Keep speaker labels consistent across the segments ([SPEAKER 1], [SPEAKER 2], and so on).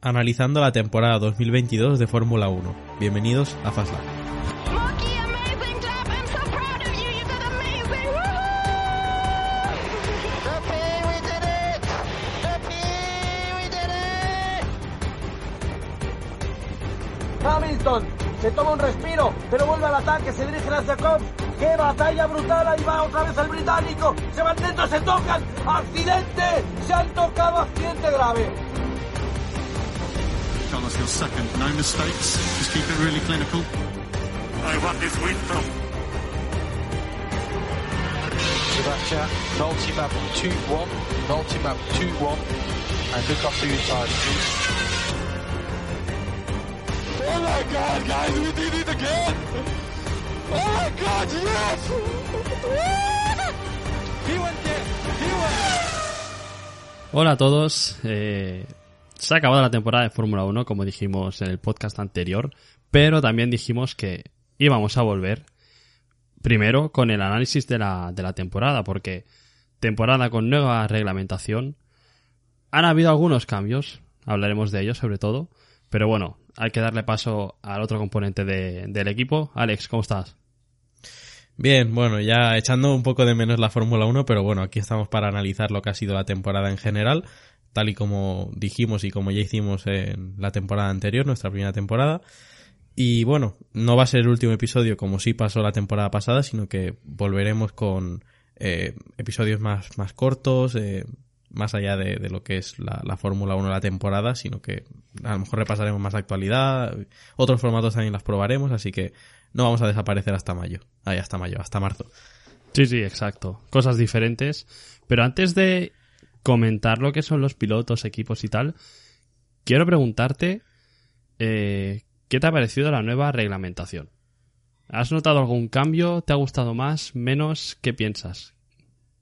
[SPEAKER 1] Analizando la temporada 2022 de Fórmula 1. Bienvenidos a Fastlane.
[SPEAKER 2] Monkey, amazing job. I'm so proud of you. You did amazing. Woohoo! Happy we did it! Happy we did it!
[SPEAKER 3] Hamilton se toma un respiro, pero vuelve al ataque, se dirige hacia Cobb. ¡Qué batalla brutal! Ahí va otra vez el británico. Se van dentro, se tocan. ¡Accidente! Se han tocado, accidente grave.
[SPEAKER 4] Carlos Hill second. No mistakes. Just keep it really clinical. I want this win from
[SPEAKER 5] Subacha, Multimap 2-1, Multimap 2-1, and look after your time, please.
[SPEAKER 4] Oh my god, guys, we did it again! Oh my god, yes!
[SPEAKER 6] Hola a todos. eh, se ha acabado la temporada de Fórmula 1, como dijimos en el podcast anterior, pero también dijimos que íbamos a volver primero con el análisis de la, de la temporada, porque temporada con nueva reglamentación. Han habido algunos cambios, hablaremos de ellos sobre todo, pero bueno, hay que darle paso al otro componente de- del equipo. Alex, ¿cómo estás?
[SPEAKER 1] Bien, bueno, ya echando un poco de menos la Fórmula 1, pero bueno, aquí estamos para analizar lo que ha sido la temporada en general, tal y como dijimos y como ya hicimos en la temporada anterior, nuestra primera temporada. Y bueno, no va a ser el último episodio como sí pasó la temporada pasada, sino que volveremos con eh, episodios más, más cortos, eh, más allá de, de lo que es la, la Fórmula 1 la temporada, sino que a lo mejor repasaremos más la actualidad, otros formatos también las probaremos, así que no vamos a desaparecer hasta mayo. Ahí hasta mayo, hasta marzo.
[SPEAKER 6] Sí, sí, exacto. Cosas diferentes. Pero antes de comentar lo que son los pilotos, equipos y tal, quiero preguntarte eh, qué te ha parecido la nueva reglamentación. ¿Has notado algún cambio? ¿Te ha gustado más? ¿Menos? ¿Qué piensas?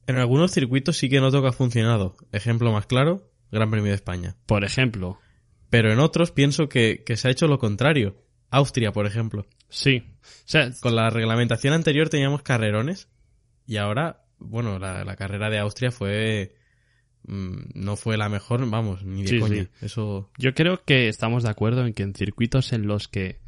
[SPEAKER 1] En algunos circuitos sí que noto que ha funcionado. Ejemplo más claro, Gran Premio de España.
[SPEAKER 6] Por ejemplo,
[SPEAKER 1] Pero en otros pienso que, que se ha hecho lo contrario. Austria, por ejemplo.
[SPEAKER 6] sí. O sea,
[SPEAKER 1] Con la reglamentación anterior teníamos carrerones y ahora, bueno, la, la carrera de Austria fue... mm, No fue la mejor, vamos, ni de
[SPEAKER 6] Sí,
[SPEAKER 1] coña. Eso
[SPEAKER 6] Yo creo que estamos de acuerdo en que en circuitos en los que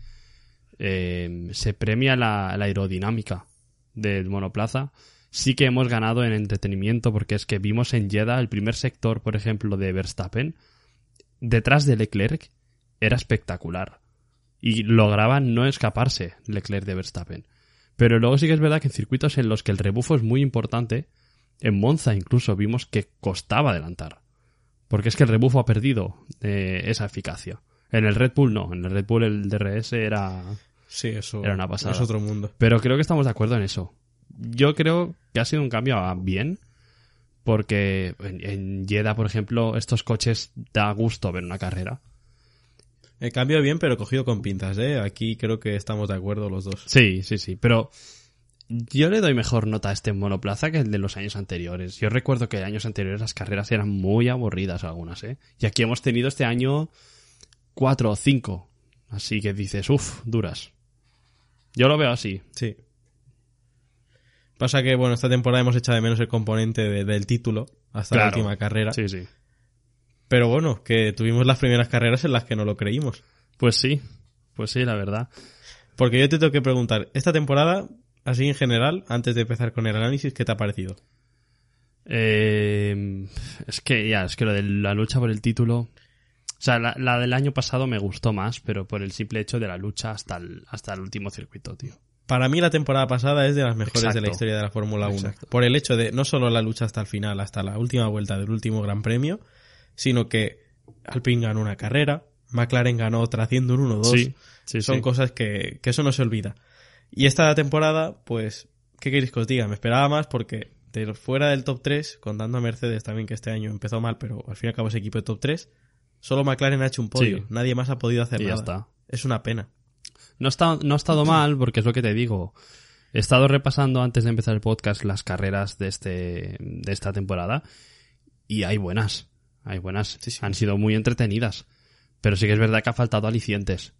[SPEAKER 6] eh, se premia la, la aerodinámica del monoplaza, sí que hemos ganado en entretenimiento, porque es que vimos en Jeddah el primer sector, por ejemplo, de Verstappen, detrás de Leclerc, era espectacular. Y lograba no escaparse Leclerc de Verstappen. Pero luego sí que es verdad que en circuitos en los que el rebufo es muy importante, en Monza incluso vimos que costaba adelantar. Porque es que el rebufo ha perdido eh, esa eficacia. En el Red Bull no, en el Red Bull el DRS era...
[SPEAKER 1] sí, eso
[SPEAKER 6] Era una pasada.
[SPEAKER 1] es otro mundo.
[SPEAKER 6] Pero creo que estamos de acuerdo en eso. Yo creo que ha sido un cambio a bien, porque en, en Jeddah, por ejemplo, estos coches da gusto ver una carrera.
[SPEAKER 1] El cambio bien, pero cogido con pintas, ¿eh? Aquí creo que estamos de acuerdo los dos.
[SPEAKER 6] Sí, sí, sí, pero yo le doy mejor nota a este monoplaza que el de los años anteriores. Yo recuerdo que en años anteriores las carreras eran muy aburridas algunas, ¿eh? Y aquí hemos tenido este año cuatro o cinco. Así que dices, uff, duras. Yo lo veo así.
[SPEAKER 1] Sí. Pasa que, bueno, esta temporada hemos echado de menos el componente de- del título hasta la
[SPEAKER 6] Claro.
[SPEAKER 1] última carrera.
[SPEAKER 6] Sí, sí.
[SPEAKER 1] Pero bueno, que tuvimos las primeras carreras en las que no lo creímos.
[SPEAKER 6] Pues sí, pues sí, la verdad.
[SPEAKER 1] Porque yo te tengo que preguntar, esta temporada, así en general, antes de empezar con el análisis, ¿qué te ha parecido?
[SPEAKER 6] Eh, es que ya, es que lo de la lucha por el título. O sea, la, la del año pasado me gustó más, pero por el simple hecho de la lucha hasta el, hasta el último circuito, tío.
[SPEAKER 1] Para mí la temporada pasada es de las mejores de la
[SPEAKER 6] Exacto.
[SPEAKER 1] historia de la Fórmula 1.
[SPEAKER 6] Exacto.
[SPEAKER 1] Por el hecho de no solo la lucha hasta el final, hasta la última vuelta del último Gran Premio, sino que Alpine ganó una carrera, McLaren ganó otra haciendo un 1-2.
[SPEAKER 6] Sí, sí,
[SPEAKER 1] Son
[SPEAKER 6] sí.
[SPEAKER 1] cosas que, que eso no se olvida. Y esta temporada, pues, ¿qué queréis que os diga? Me esperaba más porque de los fuera del top 3, contando a Mercedes también que este año empezó mal, pero al fin y al cabo es equipo de top 3, Solo McLaren ha hecho un podio.
[SPEAKER 6] Sí.
[SPEAKER 1] Nadie más ha podido hacer
[SPEAKER 6] Y ya
[SPEAKER 1] nada.
[SPEAKER 6] está.
[SPEAKER 1] Es una pena.
[SPEAKER 6] No, está, no ha estado mal, porque es lo que te digo. He estado repasando antes de empezar el podcast las carreras de, este, de esta temporada y hay buenas. Hay buenas.
[SPEAKER 1] Sí, sí.
[SPEAKER 6] Han sido muy entretenidas. Pero sí que es verdad que ha faltado alicientes.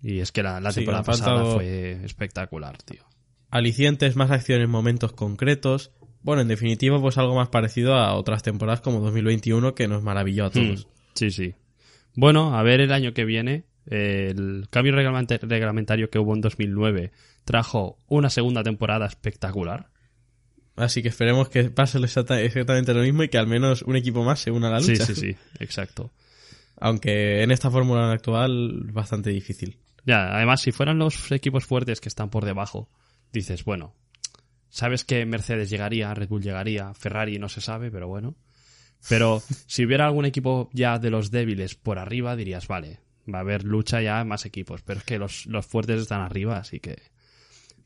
[SPEAKER 6] Y es que la, la
[SPEAKER 1] Sí,
[SPEAKER 6] temporada
[SPEAKER 1] ha faltado-
[SPEAKER 6] pasada fue espectacular, tío.
[SPEAKER 1] Alicientes, más acciones, momentos concretos. Bueno, en definitiva, pues algo más parecido a otras temporadas como 2021 que nos maravilló a todos.
[SPEAKER 6] Mm, Sí, sí. Bueno, a ver el año que viene. Eh, El cambio reglamente- reglamentario que hubo en 2009 trajo una segunda temporada espectacular.
[SPEAKER 1] Así que esperemos que pase lo exacta- exactamente lo mismo y que al menos un equipo más se una a la
[SPEAKER 6] Sí,
[SPEAKER 1] lucha.
[SPEAKER 6] sí, sí, exacto.
[SPEAKER 1] Aunque en esta fórmula actual bastante difícil.
[SPEAKER 6] Ya, además, si fueran los equipos fuertes que están por debajo, dices, bueno, sabes que Mercedes llegaría, Red Bull llegaría, Ferrari no se sabe, pero bueno. Pero si hubiera algún equipo ya de los débiles por arriba, dirías, vale, va a haber lucha ya más equipos, pero es que los, los fuertes están arriba, así que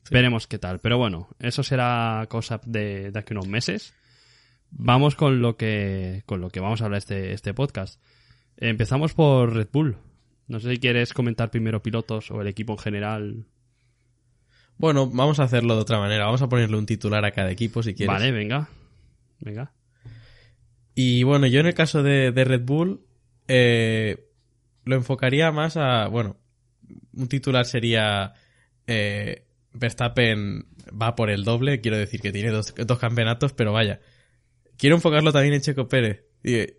[SPEAKER 6] veremos qué tal. Pero bueno, eso será cosa de, de aquí unos meses. Vamos con lo que, con lo que vamos a hablar este, este podcast. Empezamos por Red Bull. No sé si quieres comentar primero pilotos o el equipo en general.
[SPEAKER 1] Bueno, vamos a hacerlo de otra manera. Vamos a ponerle un titular a cada equipo si quieres.
[SPEAKER 6] Vale, venga. Venga.
[SPEAKER 1] Y bueno, yo en el caso de, de Red Bull eh, lo enfocaría más a, bueno, un titular sería eh, Verstappen va por el doble, quiero decir que tiene dos, dos campeonatos, pero vaya. Quiero enfocarlo también en Checo Pérez. Y, eh,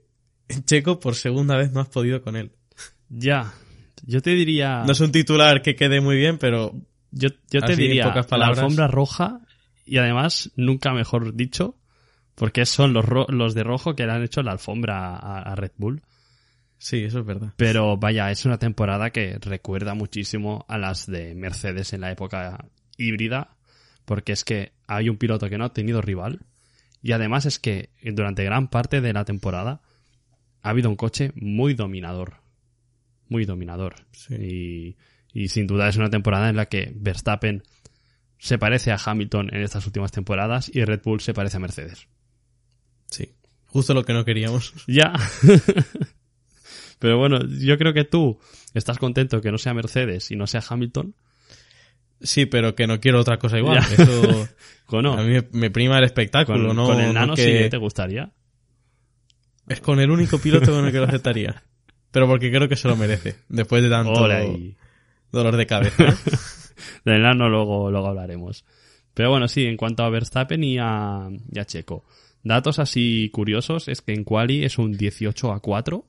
[SPEAKER 1] Checo por segunda vez no has podido con él.
[SPEAKER 6] Ya. Yo te diría.
[SPEAKER 1] No es un titular que quede muy bien, pero
[SPEAKER 6] yo, yo
[SPEAKER 1] así
[SPEAKER 6] te
[SPEAKER 1] en
[SPEAKER 6] diría.
[SPEAKER 1] pocas
[SPEAKER 6] la
[SPEAKER 1] palabras.
[SPEAKER 6] alfombra roja. Y además, nunca mejor dicho. Porque son los, ro- los de rojo que le han hecho la alfombra a, a Red Bull.
[SPEAKER 1] sí, eso es verdad.
[SPEAKER 6] Pero vaya, es una temporada que recuerda muchísimo a las de Mercedes en la época híbrida, porque es que hay un piloto que no ha tenido rival y además es que durante gran parte de la temporada ha habido un coche muy dominador, muy dominador. Y, y sin duda es una temporada en la que Verstappen se parece a Hamilton en estas últimas temporadas y Red Bull se parece a Mercedes.
[SPEAKER 1] Sí. Justo lo que no queríamos.
[SPEAKER 6] Ya. Pero bueno, yo creo que tú estás contento que no sea Mercedes y no sea Hamilton.
[SPEAKER 1] Sí, pero que no quiero otra cosa igual.
[SPEAKER 6] Ya.
[SPEAKER 1] Eso
[SPEAKER 6] Con,
[SPEAKER 1] a mí me, me prima el espectáculo,
[SPEAKER 6] con,
[SPEAKER 1] no
[SPEAKER 6] con el
[SPEAKER 1] no
[SPEAKER 6] nano
[SPEAKER 1] que-
[SPEAKER 6] sí que te gustaría.
[SPEAKER 1] Es con el único piloto con el que lo aceptaría. Pero porque creo que se lo merece. Después de tanto
[SPEAKER 6] Hola y
[SPEAKER 1] dolor de cabeza.
[SPEAKER 6] del nano luego, luego hablaremos. Pero bueno, sí, en cuanto a Verstappen y a, y a Checo. Datos así curiosos es que en Quali es un 18 a 4.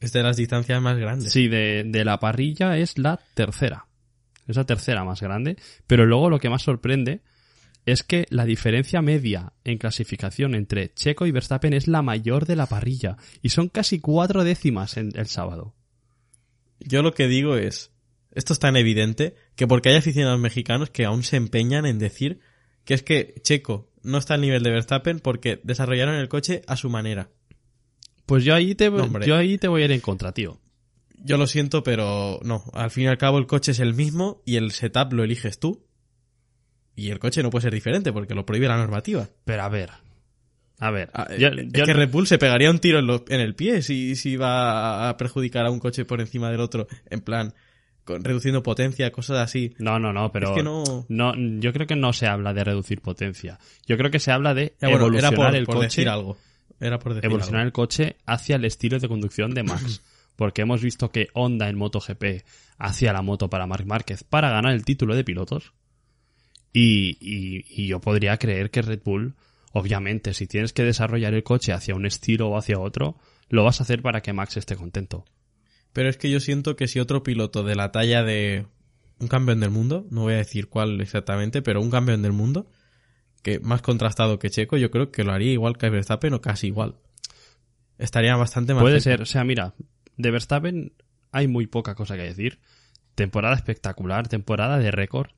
[SPEAKER 1] es de las distancias más grandes.
[SPEAKER 6] Sí, de, de la parrilla es la tercera. Es la tercera más grande. Pero luego lo que más sorprende es que la diferencia media en clasificación entre Checo y Verstappen es la mayor de la parrilla. Y son casi cuatro décimas en el sábado.
[SPEAKER 1] Yo lo que digo es, esto es tan evidente que porque hay aficionados mexicanos que aún se empeñan en decir que es que Checo no está al nivel de Verstappen porque desarrollaron el coche a su manera.
[SPEAKER 6] Pues yo ahí te,
[SPEAKER 1] No, hombre.
[SPEAKER 6] yo ahí te voy a ir en contra, tío.
[SPEAKER 1] Yo lo siento, pero no. Al fin y al cabo el coche es el mismo y el setup lo eliges tú. Y el coche no puede ser diferente porque lo prohíbe la normativa.
[SPEAKER 6] Pero a ver. A ver.
[SPEAKER 1] Ah, eh,
[SPEAKER 6] yo-
[SPEAKER 1] es
[SPEAKER 6] yo-
[SPEAKER 1] que Red Bull se pegaría un tiro en, lo- en el pie si, si iba a perjudicar a un coche por encima del otro, en plan, con- reduciendo potencia, cosas así.
[SPEAKER 6] No, no, no, pero...
[SPEAKER 1] es que no...
[SPEAKER 6] No, yo creo que no se habla de reducir potencia. Yo creo que se habla de
[SPEAKER 1] Ya, bueno, era
[SPEAKER 6] evolucionar
[SPEAKER 1] por,
[SPEAKER 6] el
[SPEAKER 1] por
[SPEAKER 6] coche
[SPEAKER 1] decir algo. Era por decir
[SPEAKER 6] evolucionar
[SPEAKER 1] algo.
[SPEAKER 6] el coche hacia el estilo de conducción de Max. Porque hemos visto que Honda en MotoGP hacía la moto para Marc Márquez para ganar el título de pilotos. Y, y- y yo podría creer que Red Bull, obviamente, si tienes que desarrollar el coche hacia un estilo o hacia otro, lo vas a hacer para que Max esté contento.
[SPEAKER 1] Pero es que yo siento que si otro piloto de la talla de un campeón del mundo, no voy a decir cuál exactamente, pero un campeón del mundo, que más contrastado que Checo, yo creo que lo haría igual que Verstappen o casi igual. Estaría bastante más
[SPEAKER 6] Puede
[SPEAKER 1] cerca.
[SPEAKER 6] ser, o sea, mira, de Verstappen hay muy poca cosa que decir. Temporada espectacular, temporada de récord.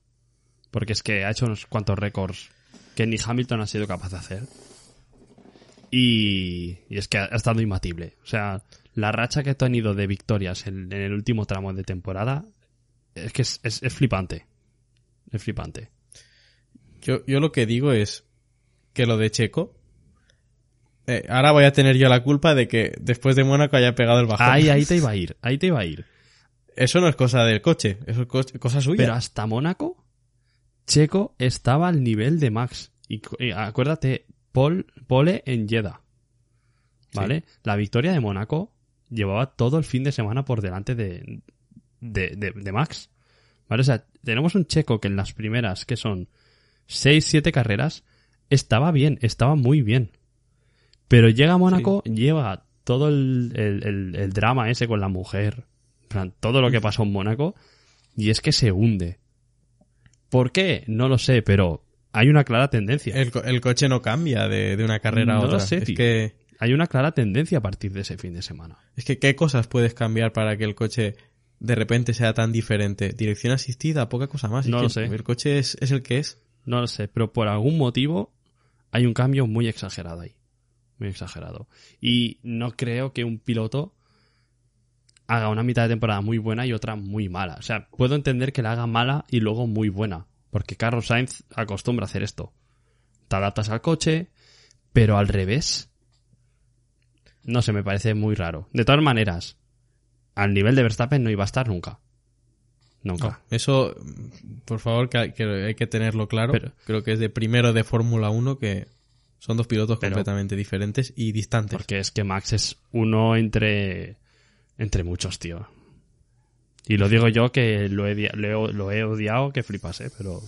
[SPEAKER 6] Porque es que ha hecho unos cuantos récords que ni Hamilton ha sido capaz de hacer. Y, y es que ha, ha estado imbatible. O sea, la racha que ha tenido de victorias en, en el último tramo de temporada es que es, es- es flipante. Es flipante.
[SPEAKER 1] Yo, yo lo que digo es que lo de Checo eh, ahora voy a tener yo la culpa de que después de Mónaco haya pegado el bajón.
[SPEAKER 6] Ahí, ahí te iba a ir, ahí te iba a ir.
[SPEAKER 1] Eso no es cosa del coche, eso es co- cosa suya.
[SPEAKER 6] Pero hasta Mónaco, Checo estaba al nivel de Max. Y, cu- y acuérdate, Paul, pole en Jeddah. ¿Vale? La victoria de Mónaco llevaba todo el fin de semana por delante de, de, de- de Max. ¿Vale? O sea, tenemos un Checo que en las primeras, que son 6-7 carreras, estaba bien, estaba muy bien. Pero llega a Mónaco, lleva todo el, el- el- el drama ese con la mujer, en plan, todo lo que pasó en Mónaco, y es que se hunde. ¿Por qué? No lo sé, pero hay una clara tendencia.
[SPEAKER 1] el, co- el coche no cambia de, de una carrera
[SPEAKER 6] No
[SPEAKER 1] a
[SPEAKER 6] lo
[SPEAKER 1] otra.
[SPEAKER 6] sé,
[SPEAKER 1] es
[SPEAKER 6] tío.
[SPEAKER 1] que
[SPEAKER 6] Hay una clara tendencia a partir de ese fin de semana.
[SPEAKER 1] es que qué cosas puedes cambiar para que el coche de repente sea tan diferente. Dirección asistida, poca cosa más. Es
[SPEAKER 6] No
[SPEAKER 1] que
[SPEAKER 6] lo sé.
[SPEAKER 1] El coche es, es el que es.
[SPEAKER 6] No lo sé, pero por algún motivo hay un cambio muy exagerado ahí. Muy exagerado. Y no creo que un piloto haga una mitad de temporada muy buena y otra muy mala. O sea, puedo entender que la haga mala y luego muy buena. Porque Carlos Sainz acostumbra a hacer esto. Te adaptas al coche, pero al revés. No sé, me parece muy raro. De todas maneras, al nivel de Verstappen no iba a estar nunca. Nunca.
[SPEAKER 1] Eso, mm, por favor, que hay que, hay que tenerlo claro.
[SPEAKER 6] Pero-
[SPEAKER 1] Creo que es de primero de Fórmula 1 que son dos pilotos
[SPEAKER 6] Pero-
[SPEAKER 1] completamente diferentes y distantes.
[SPEAKER 6] Porque es que Max es uno entre, entre muchos, tío. Y lo digo yo que lo he, dia- lo he- lo he odiado que flipas, ¿eh? Pero,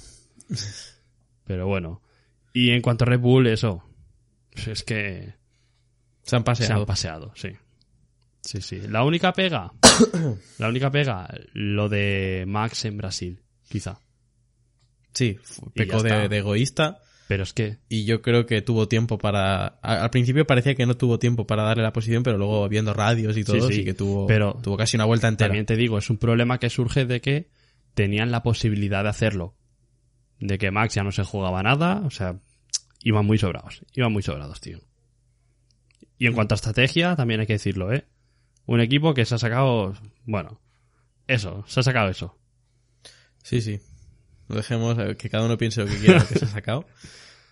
[SPEAKER 6] pero bueno. Y en cuanto a Red Bull, eso. pues Es que
[SPEAKER 1] Se han
[SPEAKER 6] se han
[SPEAKER 1] paseado.
[SPEAKER 6] paseado, sí. Sí, sí. La única pega. la única pega, lo de Max en Brasil, quizá.
[SPEAKER 1] sí, f-
[SPEAKER 6] Y ya
[SPEAKER 1] pecó de-
[SPEAKER 6] está.
[SPEAKER 1] de egoísta.
[SPEAKER 6] Pero es que
[SPEAKER 1] y yo creo que tuvo tiempo para a- al principio parecía que no tuvo tiempo para darle la posición pero luego viendo radios y todo sí,
[SPEAKER 6] sí,
[SPEAKER 1] que tuvo
[SPEAKER 6] pero
[SPEAKER 1] tuvo casi una vuelta entera
[SPEAKER 6] También te digo, es un problema que surge de que tenían la posibilidad de hacerlo. De que Max ya no se jugaba nada, o sea, iban muy sobrados, iban muy sobrados, tío. Y
[SPEAKER 1] Mm.
[SPEAKER 6] en cuanto a estrategia, también hay que decirlo, ¿eh? Un equipo que se ha sacado, bueno, eso, se ha sacado eso.
[SPEAKER 1] sí sí Lo dejemos eh, que cada uno piense lo que quiera lo que se ha sacado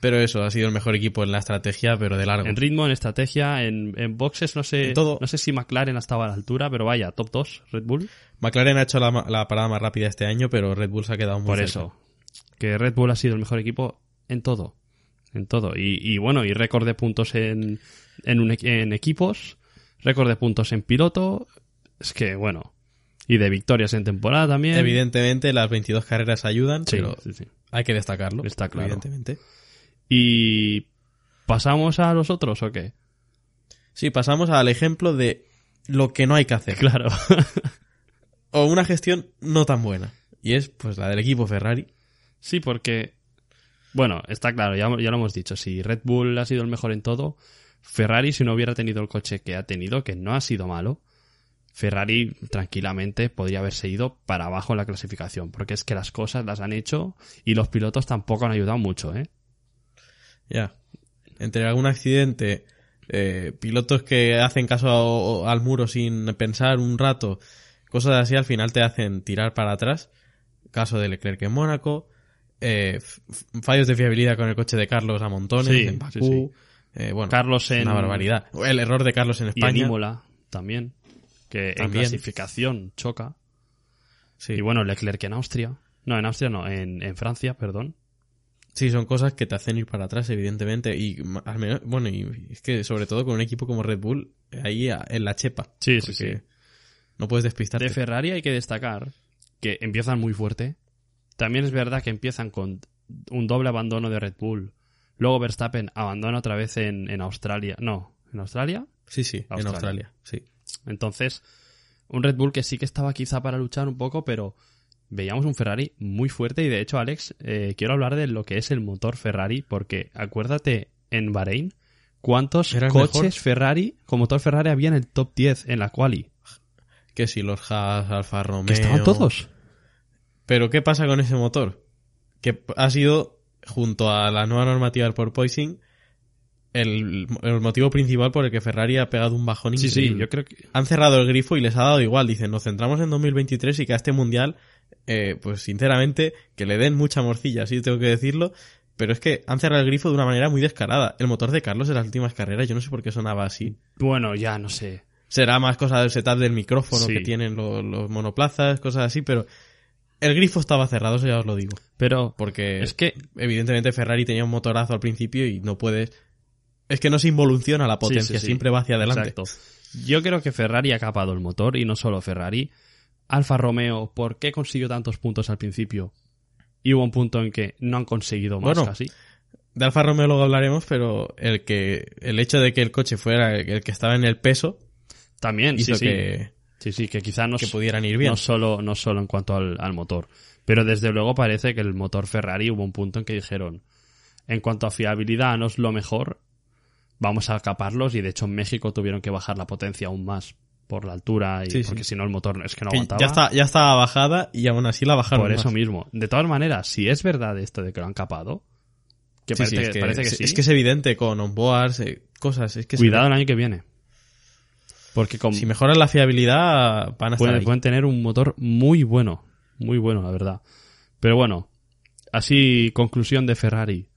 [SPEAKER 1] pero eso ha sido el mejor equipo en la estrategia pero de largo
[SPEAKER 6] En ritmo, en estrategia, en, en boxes, no sé,
[SPEAKER 1] En todo.
[SPEAKER 6] no sé si McLaren ha estado a la altura, pero vaya, top 2, Red Bull.
[SPEAKER 1] McLaren ha hecho la, ma- la parada más rápida este año pero Red Bull se ha quedado muy
[SPEAKER 6] Por
[SPEAKER 1] cerca.
[SPEAKER 6] eso, que Red Bull ha sido el mejor equipo en todo. En todo. Y, y bueno, y récord de puntos en, en, un equ- en equipos, récord de puntos en piloto. Es que, bueno. Y de victorias en temporada también.
[SPEAKER 1] evidentemente las 22 carreras ayudan
[SPEAKER 6] Sí,
[SPEAKER 1] pero
[SPEAKER 6] sí, sí.
[SPEAKER 1] hay que destacarlo
[SPEAKER 6] Está claro.
[SPEAKER 1] evidentemente
[SPEAKER 6] Y. ¿Pasamos a los otros o qué?
[SPEAKER 1] sí pasamos al ejemplo de lo que no hay que hacer
[SPEAKER 6] Claro.
[SPEAKER 1] o una gestión no tan buena y es pues la del equipo Ferrari
[SPEAKER 6] sí, porque. Bueno, está claro, ya, ya lo hemos dicho. Si Red Bull ha sido el mejor en todo, Ferrari, si no hubiera tenido el coche que ha tenido, que no ha sido malo, Ferrari tranquilamente podría haberse ido para abajo en la clasificación, porque es que las cosas las han hecho y los pilotos tampoco han ayudado mucho, ¿eh?
[SPEAKER 1] Ya. Entre algún accidente, eh, pilotos que hacen caso a- o- al muro sin pensar un rato, cosas así, al final te hacen tirar para atrás. Caso de Leclerc en Mónaco, eh, f- f- fallos de fiabilidad con el coche de Carlos a montones
[SPEAKER 6] Sí,
[SPEAKER 1] en Bakú.
[SPEAKER 6] sí, sí.
[SPEAKER 1] Eh, bueno,
[SPEAKER 6] Carlos en
[SPEAKER 1] una barbaridad. El error de Carlos en
[SPEAKER 6] y en
[SPEAKER 1] España.
[SPEAKER 6] Imola también, que en
[SPEAKER 1] También.
[SPEAKER 6] clasificación choca.
[SPEAKER 1] sí.
[SPEAKER 6] Y bueno, Leclerc en Austria. No, en Austria no, en, en Francia, perdón.
[SPEAKER 1] Sí, son cosas que te hacen ir para atrás, evidentemente. Y ma- al menos, bueno, y es que sobre todo con un equipo como Red Bull, ahí a- en la chepa.
[SPEAKER 6] Sí, sí,
[SPEAKER 1] porque
[SPEAKER 6] sí.
[SPEAKER 1] No puedes despistarte.
[SPEAKER 6] De Ferrari hay que destacar que empiezan muy fuerte. También es verdad que empiezan con un doble abandono de Red Bull. Luego Verstappen abandona otra vez en, en Australia. No, ¿en Australia?
[SPEAKER 1] Sí, sí, en
[SPEAKER 6] Australia.
[SPEAKER 1] Australia, sí.
[SPEAKER 6] Entonces, un Red Bull que sí que estaba quizá para luchar un poco, pero veíamos un Ferrari muy fuerte. Y de hecho, Alex, eh, quiero hablar de lo que es el motor Ferrari, porque acuérdate en Bahrein cuántos
[SPEAKER 1] Era el
[SPEAKER 6] coches
[SPEAKER 1] mejor.
[SPEAKER 6] Ferrari con motor Ferrari había en el top 10 en la quali.
[SPEAKER 1] Que si los Haas, Alfa Romeo.
[SPEAKER 6] Que estaban todos.
[SPEAKER 1] Pero ¿qué pasa con ese motor? Que p- ha sido, junto a la nueva normativa del porpoising, el, el motivo principal por el que Ferrari ha pegado un bajón
[SPEAKER 6] Sí, sí,
[SPEAKER 1] increíble.
[SPEAKER 6] yo creo que
[SPEAKER 1] Han cerrado el grifo y les ha dado igual. Dicen, nos centramos en 2023 y que a este mundial, eh, pues sinceramente, que le den mucha morcilla, sí tengo que decirlo. Pero es que han cerrado el grifo de una manera muy descarada. El motor de Carlos en las últimas carreras, yo no sé por qué sonaba así.
[SPEAKER 6] Bueno, ya no sé.
[SPEAKER 1] Será más cosa del setup del micrófono
[SPEAKER 6] Sí.
[SPEAKER 1] que tienen lo- los monoplazas, cosas así, pero el grifo estaba cerrado, eso ya os lo digo.
[SPEAKER 6] Pero
[SPEAKER 1] Porque
[SPEAKER 6] es que
[SPEAKER 1] evidentemente Ferrari tenía un motorazo al principio y no puedes... Es que no se involuciona la potencia,
[SPEAKER 6] sí, sí.
[SPEAKER 1] siempre va hacia adelante.
[SPEAKER 6] Exacto. Yo creo que Ferrari ha capado el motor y no solo Ferrari. Alfa Romeo, ¿por qué consiguió tantos puntos al principio? Y hubo un punto en que no han conseguido más
[SPEAKER 1] Bueno,
[SPEAKER 6] casi.
[SPEAKER 1] De Alfa Romeo luego hablaremos, pero el que el hecho de que el coche fuera el, el que estaba en el peso
[SPEAKER 6] También, sí,
[SPEAKER 1] hizo
[SPEAKER 6] sí.
[SPEAKER 1] que,
[SPEAKER 6] Sí, sí, que quizás no,
[SPEAKER 1] que
[SPEAKER 6] s-
[SPEAKER 1] pudieran ir bien.
[SPEAKER 6] no solo, no solo en cuanto al, al motor. Pero desde luego parece que el motor Ferrari hubo un punto en que dijeron, en cuanto a fiabilidad no es lo mejor, vamos a caparlos y de hecho en México tuvieron que bajar la potencia aún más por la altura y
[SPEAKER 1] Sí, sí.
[SPEAKER 6] porque si no el motor es que no
[SPEAKER 1] Que
[SPEAKER 6] aguantaba.
[SPEAKER 1] ya, está, ya estaba bajada y aún así la bajaron.
[SPEAKER 6] Por eso
[SPEAKER 1] más.
[SPEAKER 6] mismo. De todas maneras, si es verdad esto de que lo han capado, que
[SPEAKER 1] Sí, sí,
[SPEAKER 6] parece, que,
[SPEAKER 1] es que,
[SPEAKER 6] parece que
[SPEAKER 1] es,
[SPEAKER 6] sí,
[SPEAKER 1] es que es evidente con onboards, eh, cosas. Es que se
[SPEAKER 6] cuidado
[SPEAKER 1] ve.
[SPEAKER 6] el año que viene. Porque con,
[SPEAKER 1] si mejoran la fiabilidad, van a estar
[SPEAKER 6] pueden,
[SPEAKER 1] ahí.
[SPEAKER 6] pueden tener un motor muy bueno. Muy bueno, la verdad. Pero bueno, así conclusión de Ferrari.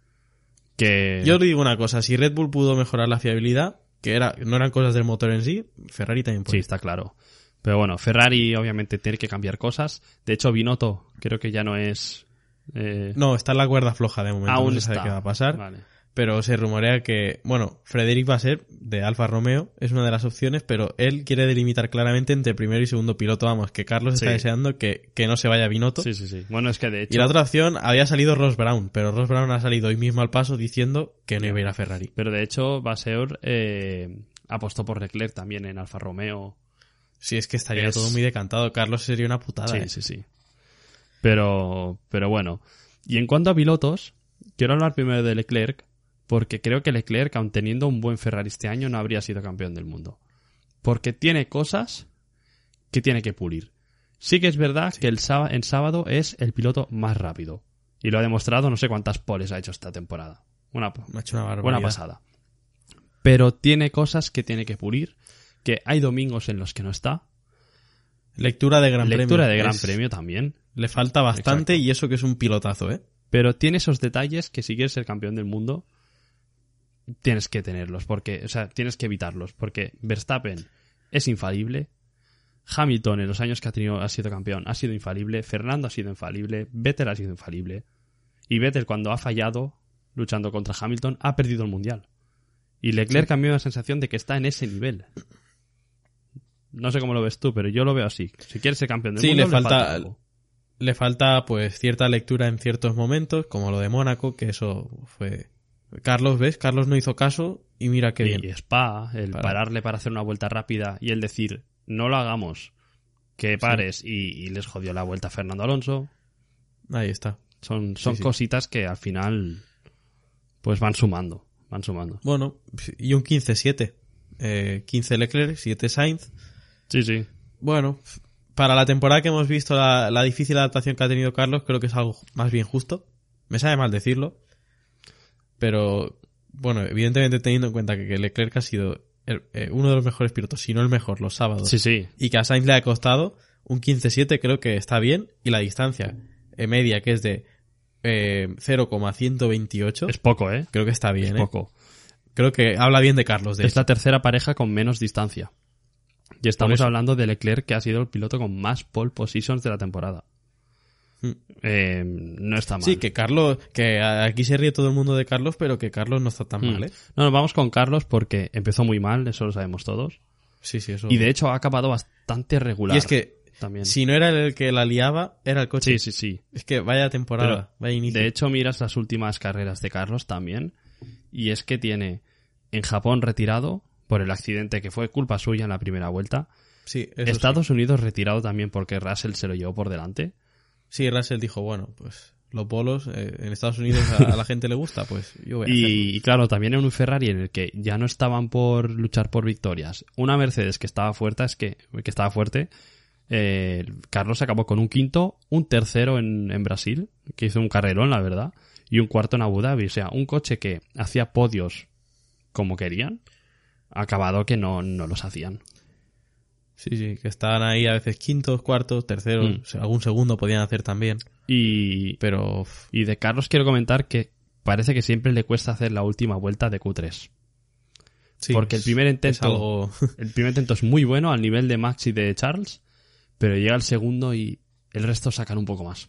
[SPEAKER 6] Que
[SPEAKER 1] Yo le digo una cosa, si Red Bull pudo mejorar la fiabilidad, que era no eran cosas del motor en sí, Ferrari también
[SPEAKER 6] sí,
[SPEAKER 1] puede.
[SPEAKER 6] está claro. Pero bueno, Ferrari obviamente tiene que cambiar cosas. De hecho, Binotto creo que ya no es... eh,
[SPEAKER 1] No, está en la cuerda floja de momento,
[SPEAKER 6] aún
[SPEAKER 1] no se sabe
[SPEAKER 6] está.
[SPEAKER 1] qué va a pasar.
[SPEAKER 6] Vale.
[SPEAKER 1] pero se rumorea que, bueno, Frederic va a ser de Alfa Romeo, es una de las opciones, pero él quiere delimitar claramente entre primero y segundo piloto, vamos, que Carlos está
[SPEAKER 6] Sí.
[SPEAKER 1] deseando que, que no se vaya Binotto.
[SPEAKER 6] Sí, sí, sí. Bueno, es que de hecho...
[SPEAKER 1] Y la otra opción había salido Ross Brown, pero Ross Brown ha salido hoy mismo al paso diciendo que no iba a ir a Ferrari.
[SPEAKER 6] Pero de hecho, Vasseur eh, apostó por Leclerc también en Alfa Romeo.
[SPEAKER 1] Si es que estaría
[SPEAKER 6] Es-
[SPEAKER 1] todo muy decantado, Carlos sería una putada.
[SPEAKER 6] Sí,
[SPEAKER 1] ¿eh?
[SPEAKER 6] sí, sí. Pero, pero bueno. Y en cuanto a pilotos, quiero hablar primero de Leclerc, porque creo que Leclerc, aun teniendo un buen Ferrari este año, no habría sido campeón del mundo. Porque tiene cosas que tiene que pulir. Sí que es verdad que el sába- en sábado es el piloto más rápido. Y lo ha demostrado, no sé cuántas poles ha hecho esta temporada. Una,
[SPEAKER 1] Me ha hecho una barbaridad.
[SPEAKER 6] buena pasada. Pero tiene cosas que tiene que pulir, que hay domingos en los que no está.
[SPEAKER 1] Lectura de Gran Premio.
[SPEAKER 6] Lectura de Gran
[SPEAKER 1] Es-
[SPEAKER 6] Premio también.
[SPEAKER 1] Le falta bastante
[SPEAKER 6] Exacto.
[SPEAKER 1] y eso que es un pilotazo, ¿eh?
[SPEAKER 6] Pero tiene esos detalles que si quieres ser campeón del mundo, tienes que tenerlos, porque, o sea, tienes que evitarlos, porque Verstappen es infalible. Hamilton en los años que ha tenido ha sido campeón ha sido infalible, Fernando ha sido infalible, Vettel ha sido infalible y Vettel cuando ha fallado luchando contra Hamilton ha perdido el mundial. Y Leclerc a mí me da la sensación de que está en ese nivel. No sé cómo lo ves tú, pero yo lo veo así. Si quieres ser campeón del
[SPEAKER 1] Sí,
[SPEAKER 6] mundo,
[SPEAKER 1] le falta-
[SPEAKER 6] algo.
[SPEAKER 1] le falta pues cierta lectura en ciertos momentos, como lo de Mónaco, que eso fue Carlos, ¿ves? Carlos no hizo caso y mira qué
[SPEAKER 6] y
[SPEAKER 1] bien.
[SPEAKER 6] Spa, el
[SPEAKER 1] Para.
[SPEAKER 6] pararle para hacer una vuelta rápida y el decir, no lo hagamos, que pares, y, y les jodió la vuelta a Fernando Alonso.
[SPEAKER 1] Ahí está.
[SPEAKER 6] Son, son
[SPEAKER 1] sí.
[SPEAKER 6] cositas que al final, pues van sumando, van sumando.
[SPEAKER 1] Bueno, y un 15-7. Eh, 15 Leclerc, 7 Sainz.
[SPEAKER 6] Sí, sí.
[SPEAKER 1] Bueno, para la temporada que hemos visto, la, la difícil adaptación que ha tenido Carlos, creo que es algo más bien justo. Me sabe mal decirlo. Pero, bueno, evidentemente teniendo en cuenta que que Leclerc ha sido el- eh, uno de los mejores pilotos, si no el mejor, los sábados.
[SPEAKER 6] Sí, sí.
[SPEAKER 1] y que a Sainz le ha costado un 15-7 creo que está bien y la distancia eh, media que es de eh, 0,128
[SPEAKER 6] Es poco, ¿eh?
[SPEAKER 1] creo que está bien
[SPEAKER 6] Es
[SPEAKER 1] ¿eh?
[SPEAKER 6] poco.
[SPEAKER 1] creo que habla bien de Carlos de
[SPEAKER 6] Es
[SPEAKER 1] hecho.
[SPEAKER 6] la tercera pareja con menos distancia. Y estamos
[SPEAKER 1] eso.
[SPEAKER 6] hablando de Leclerc, que ha sido el piloto con más pole positions de la temporada.
[SPEAKER 1] Mm.
[SPEAKER 6] Eh, no está mal.
[SPEAKER 1] sí que Carlos que a- aquí se ríe todo el mundo de Carlos pero que Carlos no está tan
[SPEAKER 6] Mm.
[SPEAKER 1] mal ¿eh?
[SPEAKER 6] No, no, vamos con Carlos porque empezó muy mal, eso lo sabemos todos.
[SPEAKER 1] sí sí eso
[SPEAKER 6] Y de hecho ha acabado bastante regular.
[SPEAKER 1] Y es que
[SPEAKER 6] también.
[SPEAKER 1] si no era el que la liaba era el coche
[SPEAKER 6] sí, sí, sí.
[SPEAKER 1] es que vaya temporada vaya inicio
[SPEAKER 6] De hecho, miras las últimas carreras de Carlos también. Y es que tiene en Japón retirado por el accidente que fue culpa suya en la primera vuelta.
[SPEAKER 1] sí, eso
[SPEAKER 6] Estados Unidos retirado también porque Russell se lo llevó por delante.
[SPEAKER 1] sí. Sí, Russell dijo bueno pues los polos eh, en Estados Unidos a, a la gente le gusta pues yo voy a hacerlo.
[SPEAKER 6] Y, y claro, también en un Ferrari en el que ya no estaban por luchar por victorias. Una Mercedes que estaba fuerte, es que, que estaba fuerte. eh, Carlos acabó con un quinto, un tercero en, en Brasil, que hizo un carrerón, la verdad, y un cuarto en Abu Dhabi. O sea, un coche que hacía podios como querían, acabado que no, no los hacían.
[SPEAKER 1] Sí, sí, que estaban ahí a veces quintos, cuartos, terceros,
[SPEAKER 6] Mm.
[SPEAKER 1] se- algún segundo podían hacer también,
[SPEAKER 6] Y,
[SPEAKER 1] pero uf,
[SPEAKER 6] y de Carlos quiero comentar que parece que siempre le cuesta hacer la última vuelta de Q3.
[SPEAKER 1] Sí,
[SPEAKER 6] porque el
[SPEAKER 1] es-
[SPEAKER 6] primer intento,
[SPEAKER 1] es algo...
[SPEAKER 6] el primer intento es muy bueno al nivel de Max y de Charles, pero llega el segundo y el resto sacan un poco más.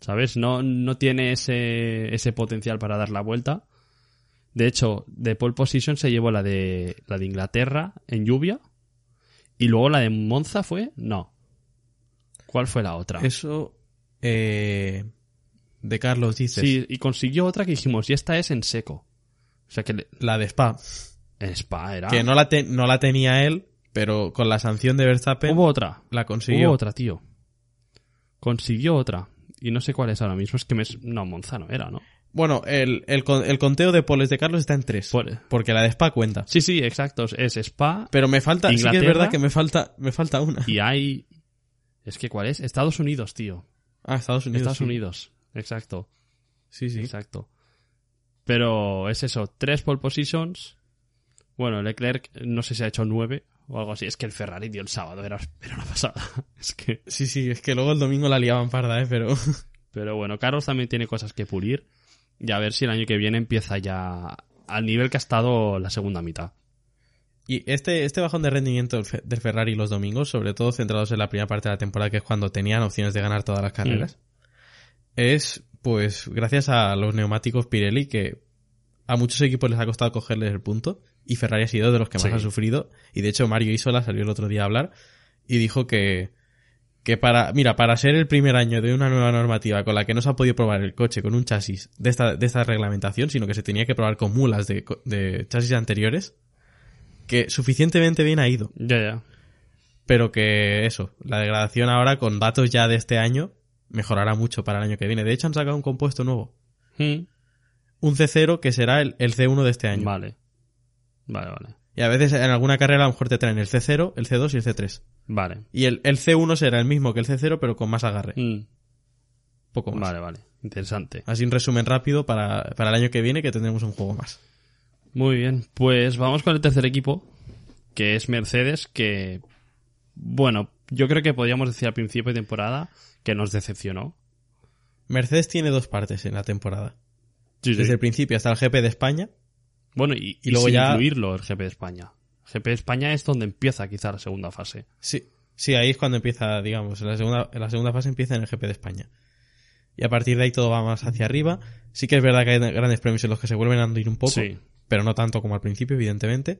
[SPEAKER 6] ¿Sabes? No, no tiene ese, ese potencial para dar la vuelta. De hecho, de pole position se llevó la de, la de Inglaterra en lluvia y luego la de Monza fue... No. ¿Cuál fue la otra?
[SPEAKER 1] Eso... eh, de Carlos dices.
[SPEAKER 6] Sí, y consiguió otra que dijimos, y esta es en seco. O sea que le-
[SPEAKER 1] La de Spa.
[SPEAKER 6] en Spa era...
[SPEAKER 1] Que no la, te- no la tenía él, pero con la sanción de Verstappen
[SPEAKER 6] Hubo otra.
[SPEAKER 1] la consiguió.
[SPEAKER 6] Hubo otra, tío. Consiguió otra. Y no sé cuál es ahora mismo. Es que me... es- No, Monza no era, ¿no?
[SPEAKER 1] Bueno, el, el, con- el conteo de poles de Carlos está en tres.
[SPEAKER 6] Pole.
[SPEAKER 1] Porque la de Spa cuenta.
[SPEAKER 6] Sí, sí, exacto. Es Spa
[SPEAKER 1] Pero me falta... Sí que es
[SPEAKER 6] Inglaterra.
[SPEAKER 1] verdad que me falta, me falta una.
[SPEAKER 6] y hay... Es que ¿cuál es? Estados Unidos, tío.
[SPEAKER 1] Ah, Estados Unidos.
[SPEAKER 6] Estados
[SPEAKER 1] sí.
[SPEAKER 6] Unidos. Exacto.
[SPEAKER 1] Sí, sí.
[SPEAKER 6] Exacto. Pero es eso. Tres pole positions. Bueno, Leclerc no sé si ha hecho nueve o algo así. Es que el Ferrari dio el sábado. Era, era una pasada. Es que...
[SPEAKER 1] Sí, sí, es que luego el domingo la liaban parda, ¿eh? Pero...
[SPEAKER 6] Pero bueno, Carlos también tiene cosas que pulir. Y a ver si el año que viene empieza ya al nivel que ha estado la segunda mitad.
[SPEAKER 1] Y este, este bajón de rendimiento del Fe- del Ferrari los domingos, sobre todo centrados en la primera parte de la temporada, que es cuando tenían opciones de ganar todas
[SPEAKER 6] Mm.
[SPEAKER 1] las carreras, es pues gracias a los neumáticos Pirelli que a muchos equipos les ha costado cogerles el punto y Ferrari ha sido de los que más
[SPEAKER 6] Sí.
[SPEAKER 1] ha sufrido. Y de hecho Mario Isola salió el otro día a hablar y dijo que, que para, mira, para ser el primer año de una nueva normativa con la que no se ha podido probar el coche con un chasis de esta, de esta reglamentación, sino que se tenía que probar con mulas de, co- de chasis anteriores, que suficientemente bien ha ido.
[SPEAKER 6] Ya, ya.
[SPEAKER 1] Pero que eso, la degradación ahora con datos ya de este año mejorará mucho para el año que viene. De hecho han sacado un compuesto nuevo, Hmm. un C0 que será el, el C1 de este año.
[SPEAKER 6] Vale. Vale, vale.
[SPEAKER 1] Y a veces en alguna carrera a lo mejor te traen el C0, el C2 y el C3.
[SPEAKER 6] Vale.
[SPEAKER 1] Y el, el C1 será el mismo que el C0 pero con más agarre,
[SPEAKER 6] Mm.
[SPEAKER 1] poco más.
[SPEAKER 6] Vale, vale. Interesante.
[SPEAKER 1] Así un resumen rápido para, para el año que viene que tendremos un juego más.
[SPEAKER 6] Muy bien. Pues vamos con el tercer equipo, que es Mercedes, que, bueno, yo creo que podríamos decir al principio de temporada que nos decepcionó.
[SPEAKER 1] Mercedes tiene dos partes en la temporada. Desde el principio hasta el GP de España.
[SPEAKER 6] Bueno, y,
[SPEAKER 1] y luego
[SPEAKER 6] sin
[SPEAKER 1] ya-
[SPEAKER 6] incluirlo el GP de España. GP de España es donde empieza quizá la segunda fase.
[SPEAKER 1] Sí, sí, ahí es cuando empieza, digamos, en la segunda, en la segunda fase empieza en el GP de España. Y a partir de ahí todo va más hacia arriba. Sí que es verdad que hay grandes premios en los que se vuelven a hundir un poco,
[SPEAKER 6] Sí.
[SPEAKER 1] pero no tanto como al principio, evidentemente.